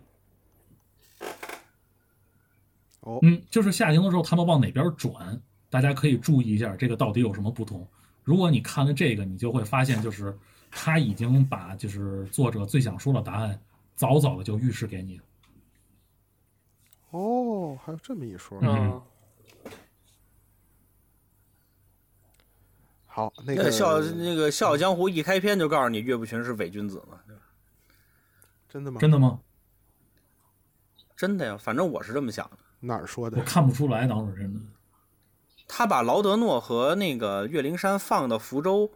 哦嗯，就是下庭的时候他们往哪边转，大家可以注意一下这个到底有什么不同。如果你看了这个，你就会发现，就是他已经把就是作者最想说的答案，早早的就预示给你了。哦，还有这么一说。嗯嗯，好，那个那 <laughs> 个笑那个《笑傲江湖》一开篇就告诉你岳不群是伪君子嘛，真的吗？真的吗？真的呀，反正我是这么想的。哪儿说我的？看不出来，当时真的。他把劳德诺和那个岳灵珊放到福州，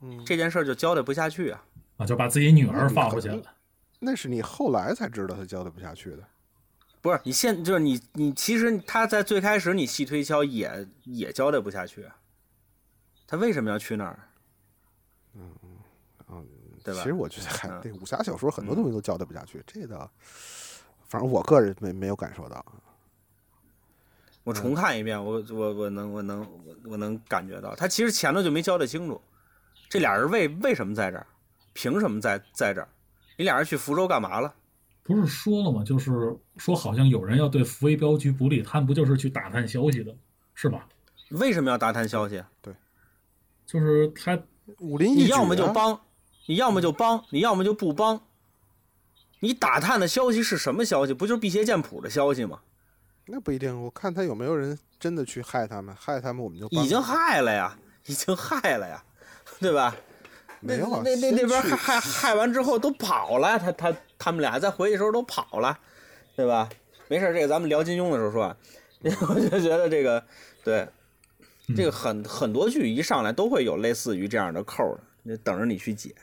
嗯，这件事儿就交代不下去啊。啊，就把自己女儿放回去了。那是你后来才知道他交代不下去的。不是你现就是你你其实他在最开始你细推敲也也交代不下去啊，他为什么要去那儿？嗯对吧？其实我觉得，还嗯这武侠小说很多东西都交代不下去，这个，反正我个人没没有感受到。我重看一遍，我我我能我能我我能感觉到，他其实前头就没交代清楚，这俩人为为什么在这儿，凭什么在在这儿？你俩人去福州干嘛了？不是说了吗？就是说，好像有人要对福威镖局不利，他们不就是去打探消息的，是吧？为什么要打探消嗯息？就是他，武林一你举、啊，嗯要么就帮，你要么就帮，你要么就不帮。你打探的消息是什么消息？不就是辟邪剑谱的消息吗？那不一定。我看他有没有人真的去害他们，害他们我们就帮已经他们害了呀，已经害了呀，对吧？没有啊那那那那边先去害害害完之后都跑了，他他他们俩再回去的时候都跑了，对吧？没事儿，这个咱们聊金庸的时候说啊。我就觉得这个，对，嗯这个很很多剧一上来都会有类似于这样的扣儿的，就等着你去解，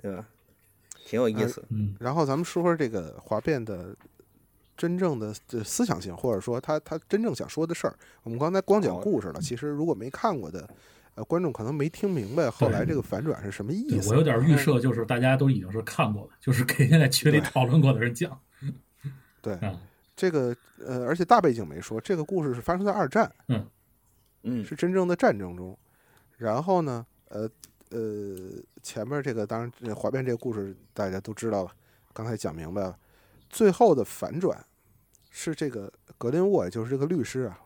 对吧？挺有意思。嗯，然后咱们说说这个华辩的真正的这思想性，或者说他他真正想说的事儿。我们刚才光哦讲故事了，其实如果没看过的呃观众可能没听明白后来这个反转是什么对意我思有。点预设，就是大家都已经是看过了，就是给现在群里讨论过的人讲。对嗯这个呃，而且大背景没说，这个故事是发生在二战，嗯是真正的战争中。然后呢，呃，呃，前面这个当然这哗变这个故事大家都知道了，刚才讲明白了，最后的反转是这个格林沃，也就是这个律师啊，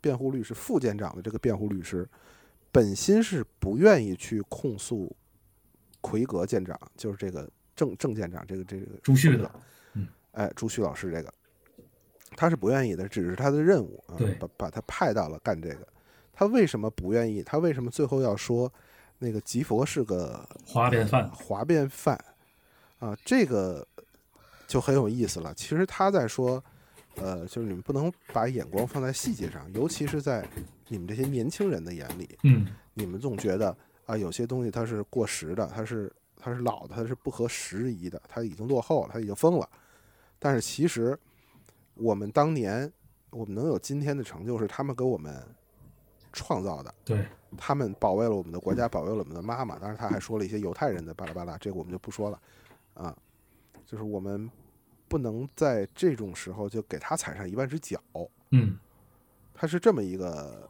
辩护律师副舰长的这个辩护律师，本心是不愿意去控诉奎格舰长，就是这个郑郑舰长，这个这个朱旭奎格的，嗯哎，朱旭老师这个，他是不愿意的，只是他的任务啊对，把把他派到了干这个。他为什么不愿意？他为什么最后要说那个吉佛是个哗变犯哗变犯啊？这个就很有意思了。其实他在说，呃，就是你们不能把眼光放在细节上，尤其是在你们这些年轻人的眼里，嗯，你们总觉得啊，有些东西它是过时的，它是它是老的，它是不合时宜的，它已经落后了，它已经疯了。但是其实我们当年我们能有今天的成就，是他们给我们创造的，对，他们保卫了我们的国家，保卫了我们的妈妈。当然，他还说了一些犹太人的巴拉巴拉，这个我们就不说了啊。就是我们不能在这种时候就给他踩上一万只脚。嗯，它是这么一个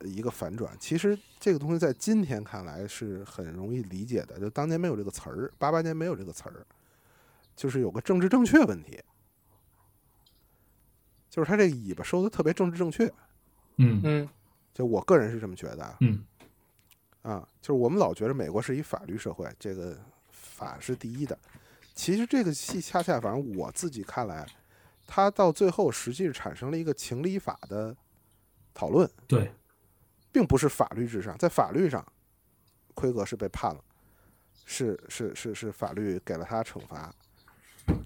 呃一个反转。其实这个东西在今天看来是很容易理解的，就当年没有这个词儿，八八年没有这个词儿，就是有个政治正确问题，就是它这个尾巴收的特别政治正确，嗯，嗯就我个人是这么觉得啊。嗯。啊，就是我们老觉得美国是一法律社会，这个法是第一的。其实这个戏恰恰，反正我自己看来，它到最后实际产生了一个情理法的讨论。对，并不是法律至上，在法律上，奎格是被判了，是是是是法律给了他惩罚，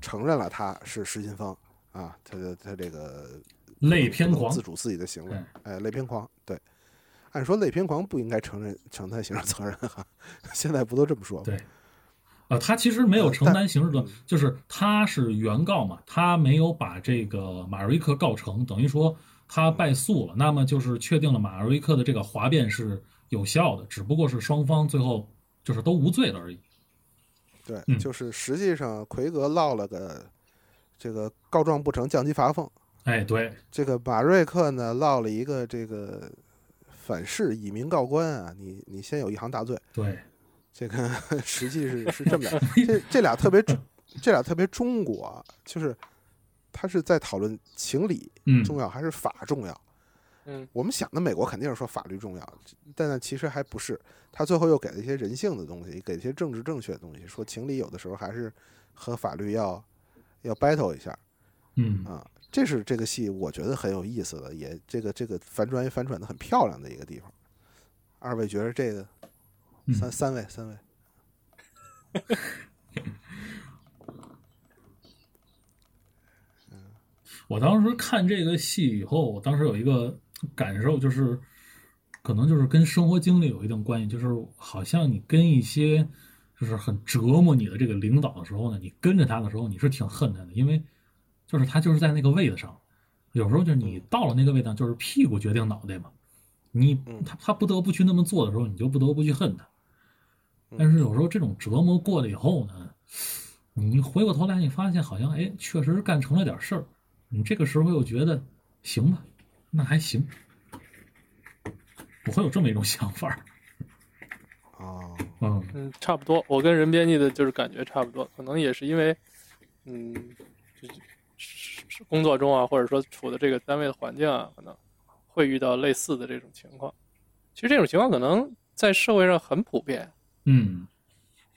承认了他是失心疯啊，他的他这个类偏不能狂嗯自主自己的行为，哎，类偏狂，对。按说类偏狂不应该承认承担刑事责任哈、 <laughs> 现在不都这么说吗？对啊，他其实没有呃承但担刑事责任，就是他是原告嘛，他没有把这个马瑞克告成，等于说他败诉了。那么就是确定了马瑞克的这个哗变是有效的，只不过是双方最后就是都无罪了而已。对，嗯就是实际上奎格落了个这个告状不成降级罚俸，哎，对，这个马瑞克呢落了一个这个反噬以民告官啊，你你先有一行大罪，对，这个 <laughs> 实际是是这么俩，这这俩特别中，这俩特别中国啊，就是他是在讨论情理嗯，重要还是法重要。嗯，我们想的美国肯定是说法律重要，但呢其实还不是，他最后又给了一些人性的东西，给了一些政治正确的东西，说情理有的时候还是和法律要要 battle 一下。嗯，啊，这是这个戏我觉得很有意思的，也这个这个反转也反转的很漂亮的一个地方。二位觉得这个嗯三三位三位，我当时看这个戏以后，我当时有一个感受，就是可能就是跟生活经历有一定关系，就是好像你跟一些就是很折磨你的这个领导的时候呢，你跟着他的时候，你是挺恨他的，因为就是他就是在那个位子上，有时候就是你到了那个位上，就是屁股决定脑袋嘛，你嗯他他不得不去那么做的时候，你就不得不去恨他。但是有时候这种折磨过了以后呢，你回过头来，你发现好像哎，确实干成了点事儿。你这个时候又觉得行吧，那还行，我会有这么一种想法儿。哦，嗯嗯，差不多。我跟任编辑的就是感觉差不多，可能也是因为，嗯，就是是工作中啊，或者说处的这个单位的环境啊，可能会遇到类似的这种情况。其实这种情况可能在社会上很普遍，嗯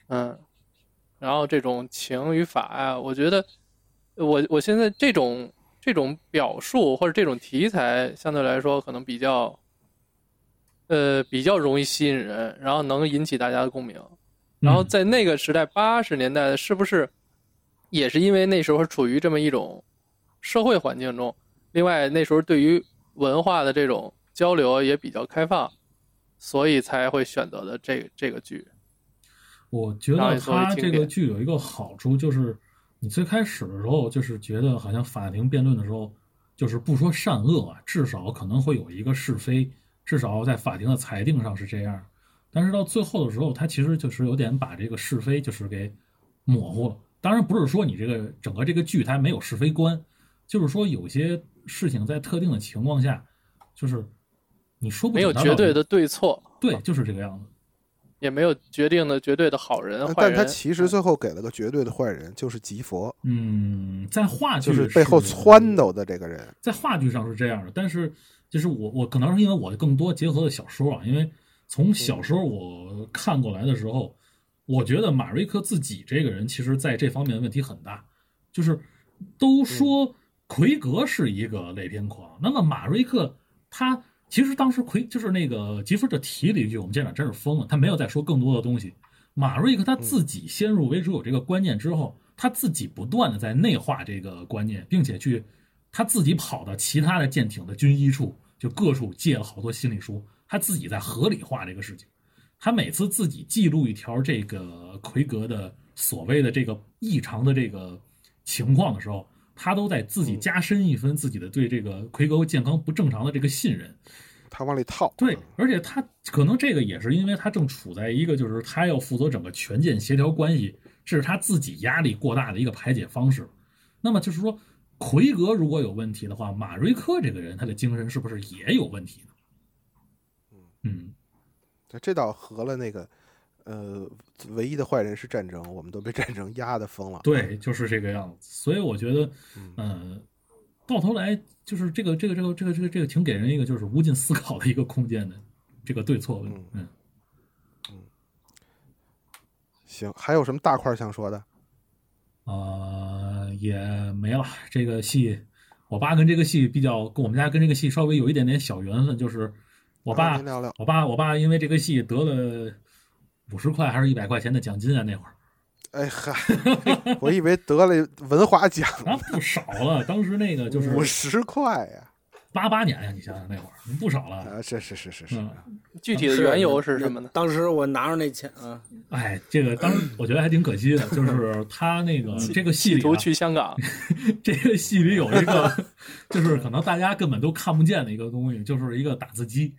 嗯，然后这种情与法啊，我觉得我我现在这种这种表述或者这种题材，相对来说可能比较，呃，比较容易吸引人，然后能引起大家的共鸣。然嗯后在那个时代，八十年代是不是也是因为那时候处于这么一种社会环境中？另外那时候对于文化的这种交流也比较开放，所以才会选择的这这个剧。我觉让得你作为他经这个典剧有一个好处，就是你最开始的时候，就是觉得好像法庭辩论的时候，就是不说善恶啊，至少可能会有一个是非，至少在法庭的裁定上是这样。但是到最后的时候，他其实就是有点把这个是非就是给模糊了。当然不是说你这个整个这个剧它没有是非观，就是说有些事情在特定的情况下，就是你说不没有准它绝到底对的对错，对，就是这个样子。也没有决定的绝对的好人坏呃但人。嗯他其实最后给了个绝对的坏人，就是吉佛，嗯，在话剧就是背后撺掇的这个人。在话剧上是这样的，但是就是我我可能是因为我更多结合了小说啊，因为从小说我看过来的时候，我觉得马瑞克自己这个人其实在这方面问题很大，就是都说奎格是一个雷霆狂，那么马瑞克他。其实当时奎就是那个吉弗特提了一句，我们舰长真是疯了，他没有再说更多的东西。马瑞克他自己先入为主有这个观念之后，他自己不断的在内化这个观念，并且去他自己跑到其他的舰艇的军医处，就各处借了好多心理书，他自己在合理化这个事情。他每次自己记录一条这个奎格的所谓的这个异常的这个情况的时候，他都在自己加深一分自己的对这个奎格健康不正常的这个信任。他往里套。对，而且他可能这个也是因为他正处在一个就是他要负责整个权健协调关系，这是他自己压力过大的一个排解方式。那么就是说，奎格如果有问题的话，马瑞克这个人他的精神是不是也有问题呢？嗯，这这倒合了那个，呃，唯一的坏人是战争，我们都被战争压得疯了。对，就是这个样子。所以我觉得，呃，到头来就是这个这个这个这个这个这个挺给人一个就是无尽思考的一个空间的这个对错问题。嗯，行，还有什么大块儿想说的？呃，也没了。这个戏，我爸跟这个戏比较，跟我们家跟这个戏稍微有一点点小缘分，就是我啊爸您，聊聊我爸，我爸因为这个戏得了五十块还是一百块钱的奖金啊，那会儿哎嗨，我以为得了文化奖，那啊不少了。当时那个 <laughs> 就是五十块呀！八八年呀，啊你想想那会儿不少了。啊，是是是是是嗯，，具体的啊缘由是什么呢？当时我拿着那钱啊，哎，这个当时我觉得还挺可惜的，就是他那个这个戏企里、啊图，去香港，这个戏里有一个， <laughs> 就是可能大家根本都看不见的一个东西，就是一个打字机。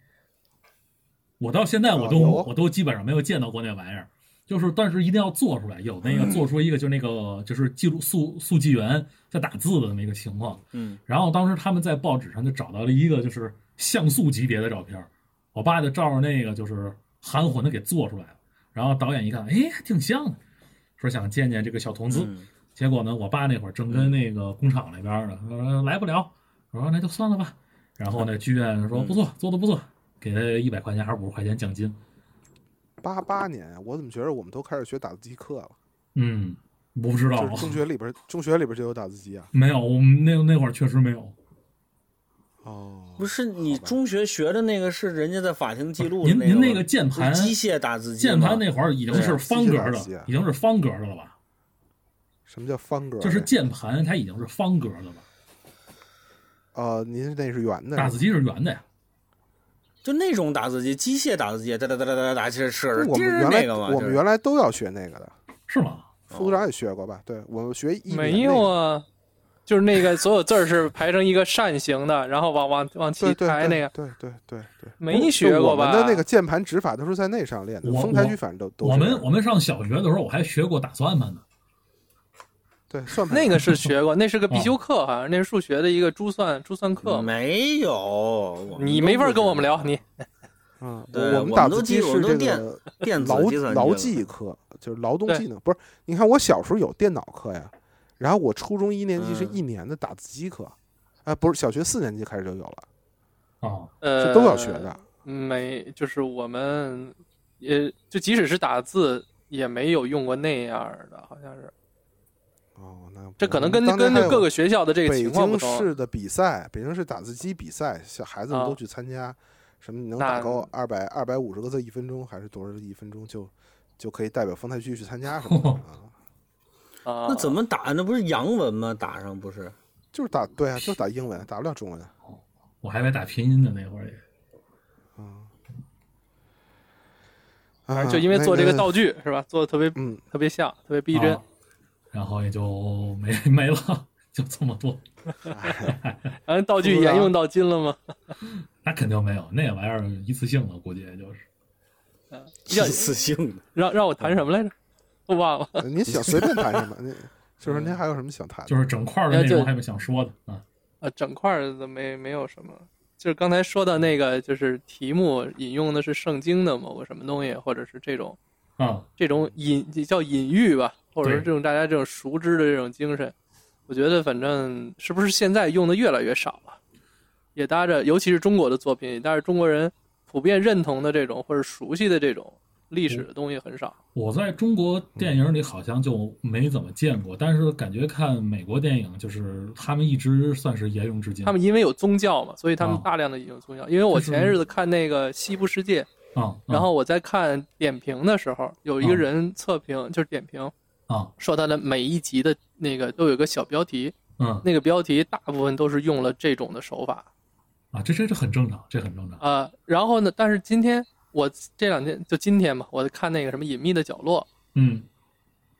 我到现在我都、啊有我都基本上没有见到过那玩意儿，就是但是一定要做出来，有那嗯个做出一个就那个就是记录速速记员在打字的那么一个情况。嗯，然后当时他们在报纸上就找到了一个就是像素级别的照片儿，我爸就照着那个就是含混的给做出来了。然后导演一看，哎，还挺像的，说想见见这个小童子。嗯结果呢，我爸那会儿正跟那个工厂那边儿呢，呃，来不了。我说那就算了吧。然后嗯呢，剧院说不错，做的不错，给他一百块钱还是五十块钱奖金。八八年，啊我怎么觉得我们都开始学打字机课了？嗯，我不知道哦就，是中学里边，中学里边就有打字机啊。没有，我们那那会儿确实没有。啊哦，不是你中学学的那个是人家在法庭记录的啊您那个吗，您那个键不盘是机械打字机吗，键盘那会儿已经是方格对啊机械打字机的啊，已经是方格的了吧？什么叫方格？啊就是键盘它已经是方格的了，哦，您那是圆的，打字机是圆的呀。就那种打字机，机械打字机，哒哒哒哒哒哒，其实是我们滴儿原那来个嘛，我就们是哦原来都要学那个的。是吗？副组长也学过吧？对，我学一年没那个有啊，就是那个所有字儿是排成一个扇形的，然后往往往对起对排那个，对对对对，没学过吧？就我们的那个键盘指法都是在那上练的，我丰台区反正都都我是们我们上小学的时候，我还学过打算盘呢。对算盘那个是学过，那是个必修课，好像那是数学的一个珠算珠算嗯课。没有，我们你都没法不跟知我们道聊，你嗯，对我我们打都字记机我是们都这电个电子劳计算机劳了技课，就是劳动对技能。不是，你看我小时候有电脑课呀，然后我初中一年级是嗯一年的打字机课，哎，不是小学四年级开始就有了，啊，呃嗯是都要学的。没，就是我们也就即使是打字也没有用过那样的，好像是哦，那这可能跟我们当跟年还有各个学校的这个北情况不京同。市的比赛，北京市打字机比赛，小孩子们啊都去参加，什么你能打那够二百二百五十个字一分钟，还是多少个字一分钟就就可以代表丰台区去参加什 <laughs> 么的嗯啊？啊，那怎么打？那不是洋文吗？打上不是？就是打对啊，就是打英文，打不了中文。 <laughs> 我还以为打拼音的那会儿也。反啊正就因为做这个那道具是吧？做的特别嗯，特别像，特别逼真啊。然后也就没 <laughs> 没了，就这么多。然后道具沿用到今了 <laughs> 吗？那肯定没有，那玩意儿一次性的，估计也就是。 <laughs> 一次性的。让让我谈什么来着？我忘了。您呃想随便谈什么？您就是嗯您还有什么想谈的？呃就是整块儿的内容还有想说的啊。啊，整块儿的没没有什么，就是刚才说到那个，就是题目引用的是圣经的某个什么东西，或者是这种啊，这种隐叫隐喻吧，或者是这种大家这种熟知的这种精神，我觉得反正是不是现在用的越来越少了，也搭着，尤其是中国的作品，也搭着中国人普遍认同的这种或者熟悉的这种历史的东西很少。我在中国电影里好像就没怎么见过，但是感觉看美国电影，就是他们一直算是沿用至今。他们因为有宗教嘛，所以他嗯们啊大量的引用宗教。因为我就是前日子看那个《西部世界》，啊，然后我在看点评的时候，有一个人测评，就是点评啊，说他的每一集的那个都有个小标题，嗯那个标题大部分都是用了这种的手法啊，这这这很正常，这很正常。啊、呃然后呢，但是今天我这两天就今天嘛，我看那个什么《隐秘的角落》，嗯，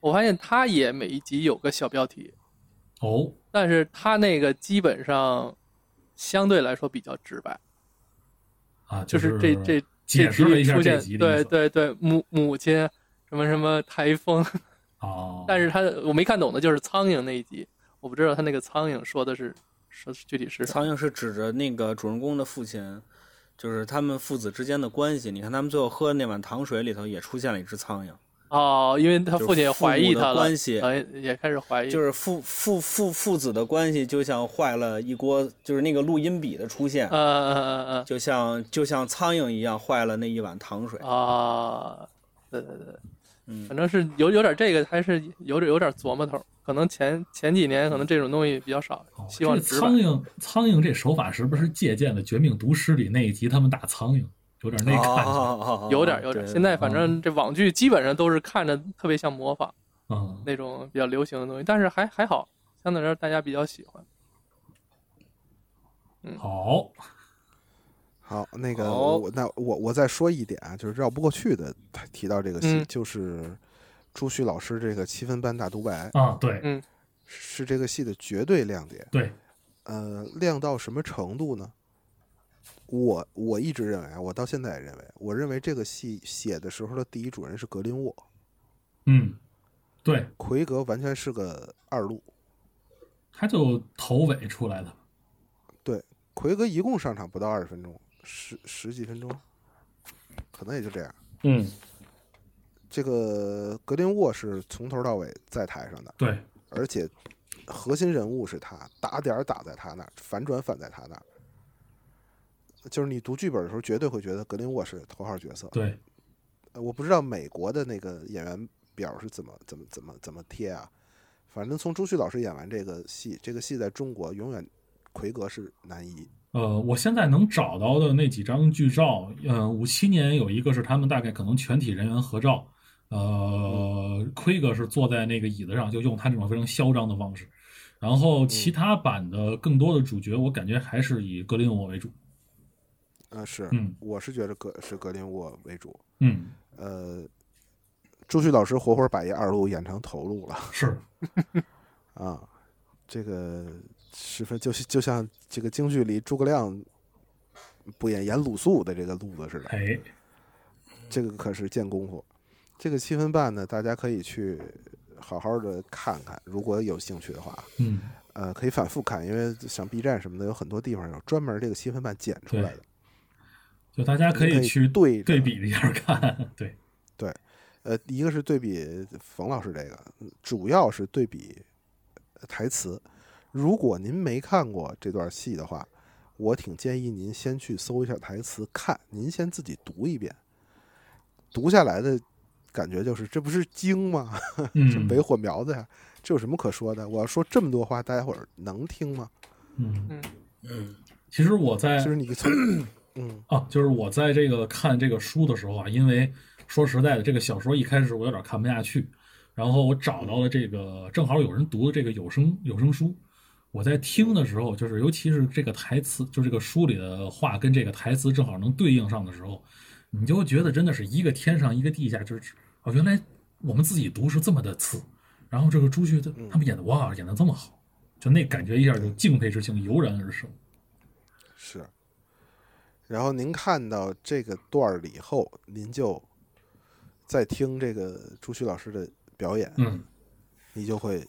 我发现他也每一集有个小标题，哦，但是他那个基本上相对来说比较直白，啊，就是是这这解释了一下这集这集的意出现，对思对对，母母亲什么什么台风，哦，但是他我没看懂的就是苍蝇那一集，我不知道他那个苍蝇说的是说具体是啥。苍蝇是指着那个主人公的父亲，就是他们父子之间的关系。你看他们最后喝的那碗糖水里头也出现了一只苍蝇，哦，因为他就是父亲也怀疑父母他的了，关系好像也开始怀疑，就是父父父父子的关系就像坏了一锅，就是那个录音笔的出现呃，呃呃就像就像苍蝇一样坏了那一碗糖水呃。啊，对对对，嗯反正是有有点这个，还是有点有点琢磨头儿。可能前前几年可能这种东西比较少哦，希望这直个白苍。蝇苍蝇这手法是不是借鉴了《绝命毒师》里那一集他们打苍蝇，有点那感觉？哦有点有点，对现在反正这网剧基本上都是看着特别像模仿嗯，那种比较流行的东西，但是还还好，相对来说大家比较喜欢。好，好，那个好我那我我再说一点啊，就是绕不过去的，他提到这个戏、嗯就是朱旭老师这个七分半大独白、啊，对嗯是这个戏的绝对亮点。对，呃，亮到什么程度呢？我我一直认为啊，我到现在也认为，我认为这个戏写的时候的第一主人是格林沃，嗯，对，奎格完全是个二路。他就头尾出来的，奎格一共上场不到二十分钟，十十几分钟，可能也就这样。嗯，这个格林沃是从头到尾在台上的，对，而且核心人物是他，打点儿打在他那儿，反转反在他那儿。就是你读剧本的时候，绝对会觉得格林沃是头号角色。对，呃我不知道美国的那个演员表是怎么怎么怎么怎么贴啊，反正从朱旭老师演完这个戏，这个戏在中国永远奎格是男一。呃，我现在能找到的那几张剧照，呃，五七年有一个是他们大概可能全体人员合照，呃，奎格是坐在那个椅子上，就用他那种非常嚣张的方式，然后嗯其他版的更多的主角，我感觉还是以格林沃为主，呃，是，嗯我是觉得格是格林沃为主。嗯，呃，朱旭老师活活把一二路演成头路了是，啊，这个十分就是就像这个京剧里诸葛亮不演演鲁肃的这个路子似的。哎，这个可是见功夫。这个七分半呢，大家可以去好好的看看，如果有兴趣的话，嗯，呃，可以反复看，因为像 B 站什么的，有很多地方有专门这个七分半剪出来的，就大家可你可以以去对着对比一下看，对，呃，一个是对比冯老师这个，嗯主要是对比台词。如果您没看过这段戏的话，我挺建议您先去搜一下台词看，您先自己读一遍，读下来的感觉就是这不是精吗？ <laughs> 这嗯没火苗子呀，这有什么可说的？我要说这么多话，大家伙儿能听吗？嗯嗯嗯，其实我在就是你从，嗯啊，就是我在这个看这个书的时候啊，因为说实在的，这个小说一开始我有点看不下去，然后我找到了这个，正好有人读的这个有声有声书，我在听的时候，就是尤其是这个台词，就这个书里的话跟这个台词正好能对应上的时候，你就会觉得真的是一个天上一个地下，就是哦，原来我们自己读是这么的次，然后这个朱旭他他们演的哇，演的这么好，就那感觉一下就敬佩之情油然而生。是。然后您看到这个段儿了以后，您就在听这个朱旭老师的表演，嗯，你就会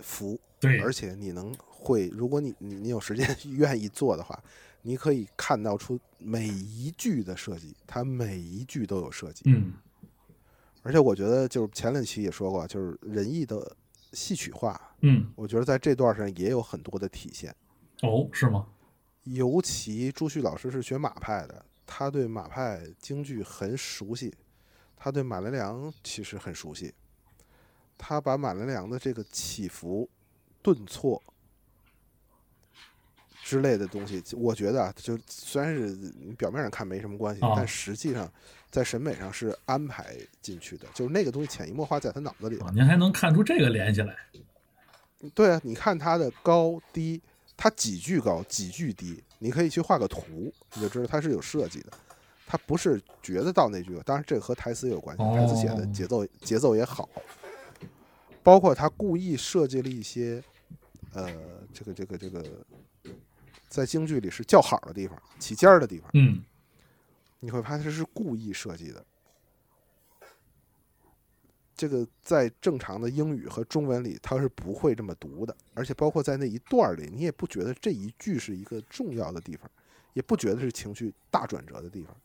服，对而且你能会，如果你你你有时间 <laughs> 愿意做的话，你可以看到出每一句的设计，它每一句都有设计。嗯，而且我觉得就是前两期也说过，就是仁义的戏曲化，嗯，我觉得在这段上也有很多的体现。哦，是吗？尤其朱旭老师是学马派的，他对马派京剧很熟悉，他对马连良其实很熟悉。他把马连良的这个起伏、顿挫之类的东西，我觉得啊，就虽然是你表面上看没什么关系，啊但实际上在审美上是安排进去的，就是那个东西潜移默化在他脑子里了啊，。您还能看出这个联系来？对啊，你看他的高低，他几句高几句低，你可以去画个图，你就知道他是有设计的。他不是觉得到那句，当然这个和台词有关系，哦台词写的节奏节奏也好，包括他故意设计了一些，呃，这个这个这个，在京剧里是叫好的地方，起尖儿的地方，嗯，你会发现他是故意设计的。这个在正常的英语和中文里，它是不会这么读的，而且包括在那一段儿里，你也不觉得这一句是一个重要的地方，也不觉得是情绪大转折的地方，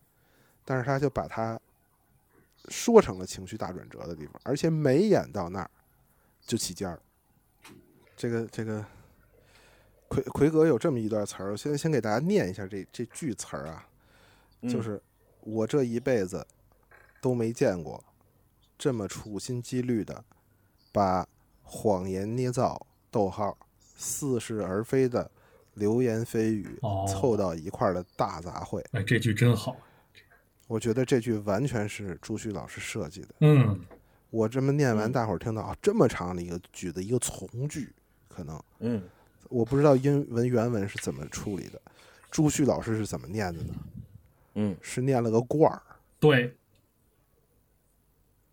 但是他就把它说成了情绪大转折的地方，而且每演到那儿就起尖儿。这个这个，奎奎格有这么一段词儿，我现在先给大家念一下这这句词儿啊，就嗯是我这一辈子都没见过这么处心积虑的把谎言捏造、逗号似是而非的流言蜚语哦凑到一块儿的大杂烩。哎，这句真好。我觉得这句完全是朱旭老师设计的。嗯，我这么念完，嗯大伙儿听到啊，这么长的一个句子，一个从句，可能嗯，我不知道英文原文是怎么处理的，朱旭老师是怎么念的呢？嗯，是念了个罐儿，对，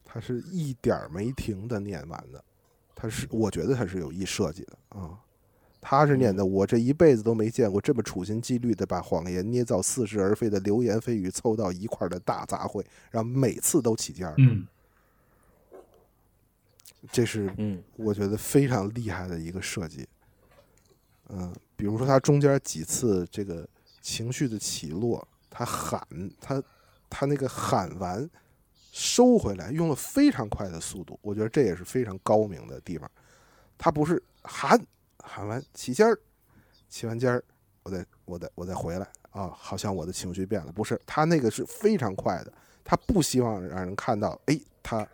他是一点儿没停的念完的，他是我觉得他是有意设计的啊、他是念的，我这一辈子都没见过这么处心积虑的把谎言捏造、似是而非的流言蜚语凑到一块儿的大杂烩，然后每次都起尖儿，嗯，这是嗯我觉得非常厉害的一个设计。嗯，比如说他中间几次这个情绪的起落，他喊他他那个喊完收回来，用了非常快的速度，我觉得这也是非常高明的地方。他不是喊喊完起尖儿，起完尖儿，我再我再我再回来啊，好像我的情绪变了，不是他那个是非常快的，他不希望让人看到，哎，他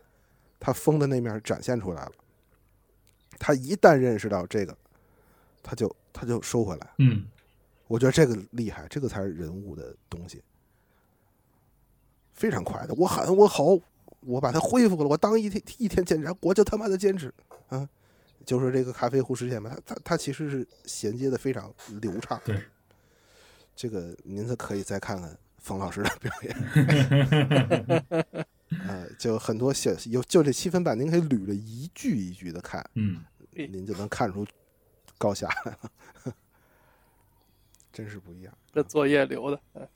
他疯的那面展现出来了。他一旦认识到这个，他就他就收回来。嗯，我觉得这个厉害，这个才是人物的东西，非常快的。我喊我吼，我把它恢复了，我当一天一天检查，我就他妈的坚持啊！就是这个咖啡壶事件嘛，它它它其实是衔接的非常流畅。对，这个您再可以再看看冯老师的表演。呃，就很多小有就这七分半，您可以捋了一句一句的看，嗯，嗯您就能看出高下来了，真是不一样。这作业留的，嗯，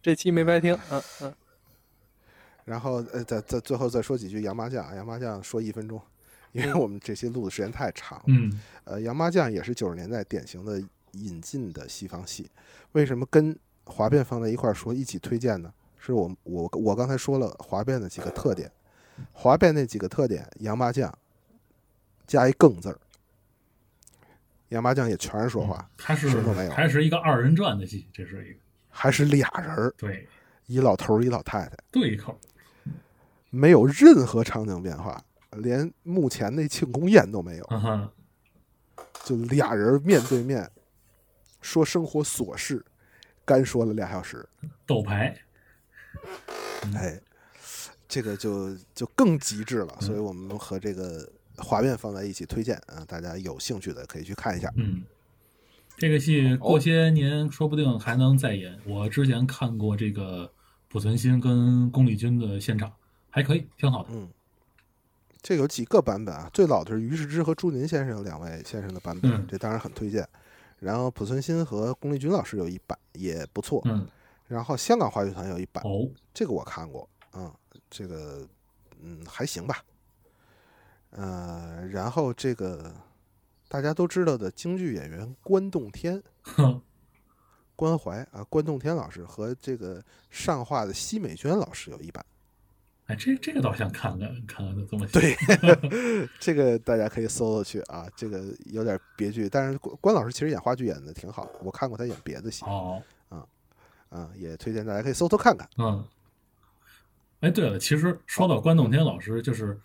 这期没白听，嗯嗯，然后呃，再再最后再说几句洋麻将啊，洋麻将说一分钟，因为我们这期录的时间太长了。嗯，呃，洋麻将也是九十年代典型的引进的西方戏，为什么跟滑变放在一块儿说一起推荐呢？是我我我刚才说了滑变的几个特点，滑变那几个特点，洋麻将加一更字儿，洋麻将也全是说话，它是什么都没有还是一个二人转的戏，这是一个还是俩人儿，对一老头儿一老太太。对口。没有任何场景变化，连目前那庆功宴都没有，啊哈，就俩人面对面说生活琐事，干说了俩小时，斗牌，嗯哎，这个就就更极致嗯了，所以我们和这个滑面放在一起推荐啊，大家有兴趣的可以去看一下。嗯，这个戏过些年说不定还能再演。我之前看过这个濮存昕跟龚丽君的现场，还可以，挺好的。这有几个版本啊，最老的是于世之和朱宁先生两位先生的版本嗯，这当然很推荐。然后濮存昕和龚丽君老师有一版也不错，嗯，然后香港话剧团有一版，哦， <laughs> 这个我看过，嗯，这个嗯还行吧，呃，然后这个大家都知道的京剧演员关栋天，哼，关怀啊，关栋天老师和这个上画的奚美娟老师有一版，哎，这这个倒想看看看看他怎么写对，这个大家可以搜搜去啊，这个有点别剧，但是关关老师其实演话剧演的挺好，我看过他演别的戏哦，啊，也推荐大家可以搜搜看看。嗯，哎，对了，其实说到关栋天老师，就是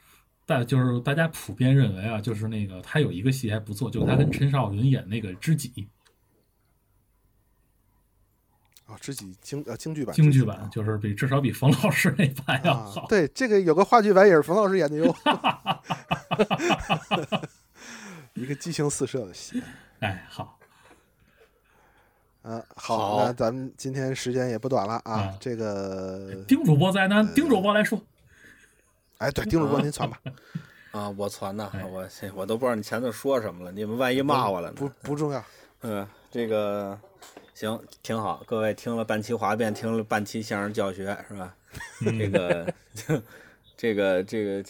大就是大家普遍认为啊，就是那个他有一个戏还不错，就是他跟陈少云演那个知己啊、知己京呃京剧版，京知剧己版啊，就是比至少比冯老师那版要啊好。，对，这个有个话剧版也是冯老师演的哟， <laughs> 一个激情四射的戏。哎，好，嗯，好，好那咱们今天时间也不短了啊，嗯这个，丁主播在那，丁主播来说，哎，对，丁主播您传嗯吧，啊，我传呐哎，我这我都不知道你前头说什么了，你们万一骂我了不呢？不重要，嗯，这个行，挺好。各位听了半期哗变，听了半期相声教学，是吧？这个 <laughs> 这个这个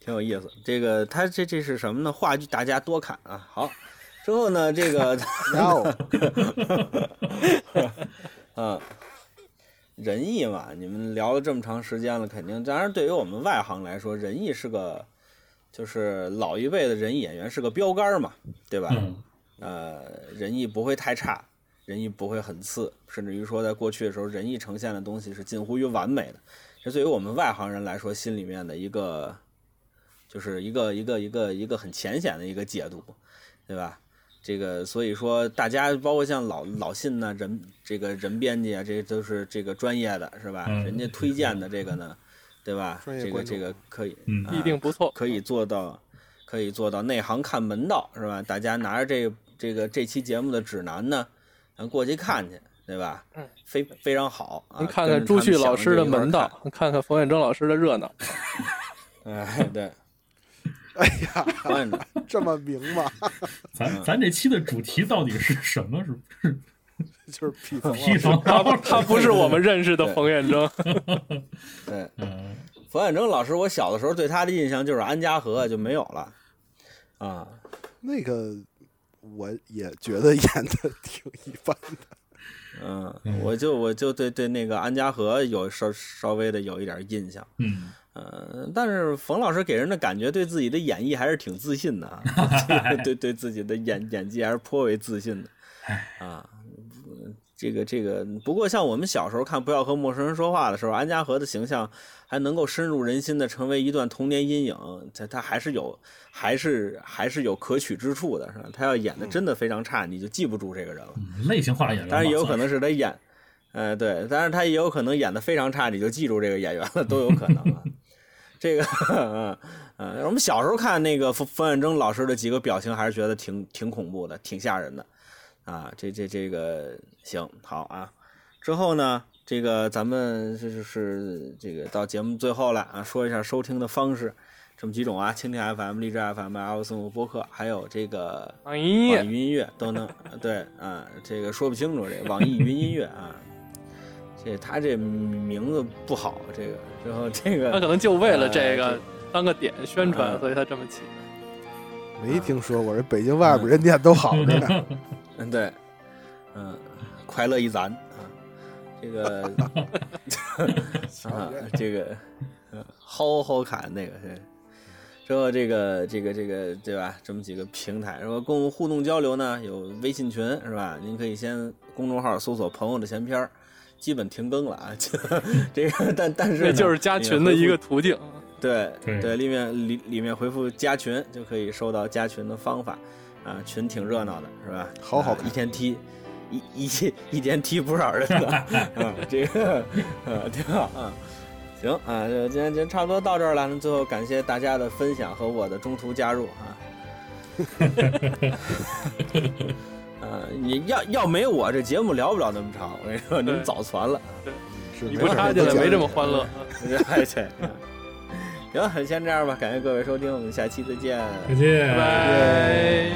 挺有意思。这个他这这是什么呢？话剧大家多看啊。好，之后呢，这个然后嗯，仁义嘛，你们聊了这么长时间了，肯定，当然对于我们外行来说，仁义是个，就是老一辈的仁义演员是个标杆儿嘛，对吧？嗯，呃，仁义不会太差，仁义不会很次，甚至于说在过去的时候，仁义呈现的东西是近乎于完美的。这对于我们外行人来说，心里面的一个，就是一个一个一个一个很浅显的一个解读，对吧？这个所以说，大家包括像老老信呢，人这个人编辑啊，这都是这个专业的，是吧？嗯人家推荐的这个呢，对吧？专业这个观这众个可以，嗯啊必定不错。可以做到，可以做到内行看门道，是吧？大家拿着这个这个这期节目的指南呢，咱过去看去，对吧？嗯，非非常好啊。您看跟看着朱他们旭想老师的这一块儿门道，您看看冯远征老师的热闹。看。哎，对， <laughs> 哎呀，关着。这么明吗？咱咱这期的主题到底是什么？ <laughs> 是是就是 <laughs> 屁房批了。房他不，他不是我们认识的冯远 <laughs> 征。对，嗯，冯远征老师，我小的时候对他的印象就是安家和就没有了。啊，那个我也觉得演的挺一般的，嗯，我就我就对对那个安家和有稍稍微的有一点印象， <laughs> 嗯，嗯，但是冯老师给人的感觉，对自己的演绎还是挺自信的啊，对对对自己的演演技还是颇为自信的啊。这个这个，不过像我们小时候看《不要和陌生人说话》的时候，安家和的形象还能够深入人心的成为一段童年阴影，他他还是有还是还是有可取之处的，是吧？他要演的真的非常差，你就记不住这个人了。嗯类型化演员嘛，当然也有可算是能是他演，呃，对，当然他也有可能演的非常差，你就记住这个演员了，都有可能啊。这个，嗯嗯，我们小时候看那个冯冯远征老师的几个表情，还是觉得挺挺恐怖的，挺吓人的啊。这这这个行好啊。之后呢，这个咱们这就是这个到节目最后了啊，说一下收听的方式，这么几种啊，蜻蜓 FM、荔枝 FM、L 森五播客，还有这个网易音网乐易云音乐都能 <laughs> 对啊，这个说不清楚，这个网易云音乐啊，这他这名字不好，这个然后这他可个能就为了这呃个这当个点宣传，嗯所以他这么起。嗯没听说过，人北京外边人念都好着 <laughs> 呢。嗯对，嗯，快乐一咱啊，这个嗯啊这个嗯薅薅砍那个是。之后这个这个这个对吧？这么几个平台，然后跟我们互动交流呢，有微信群是吧？您可以先公众号搜索“朋友的闲篇儿”，基本停更了啊。这个 <laughs> 这个，但但是这呢就是加群的一个途径。对对里面里里面回复加群就可以收到加群的方法，啊，群挺热闹的，是吧？好好啊看一天踢一一一天踢不少人呢，啊，这个呃挺好啊。行啊，就今天今天差不多到这儿了。那最后感谢大家的分享和我的中途加入啊。呃，你要要没我这节目聊不了那么长，我跟你说，你们对早传了。是你没不事儿插进来都讲没这么欢乐。 <laughs> 哎对，行，先这样吧，感谢各位收听，我们下期再见。再见拜。拜。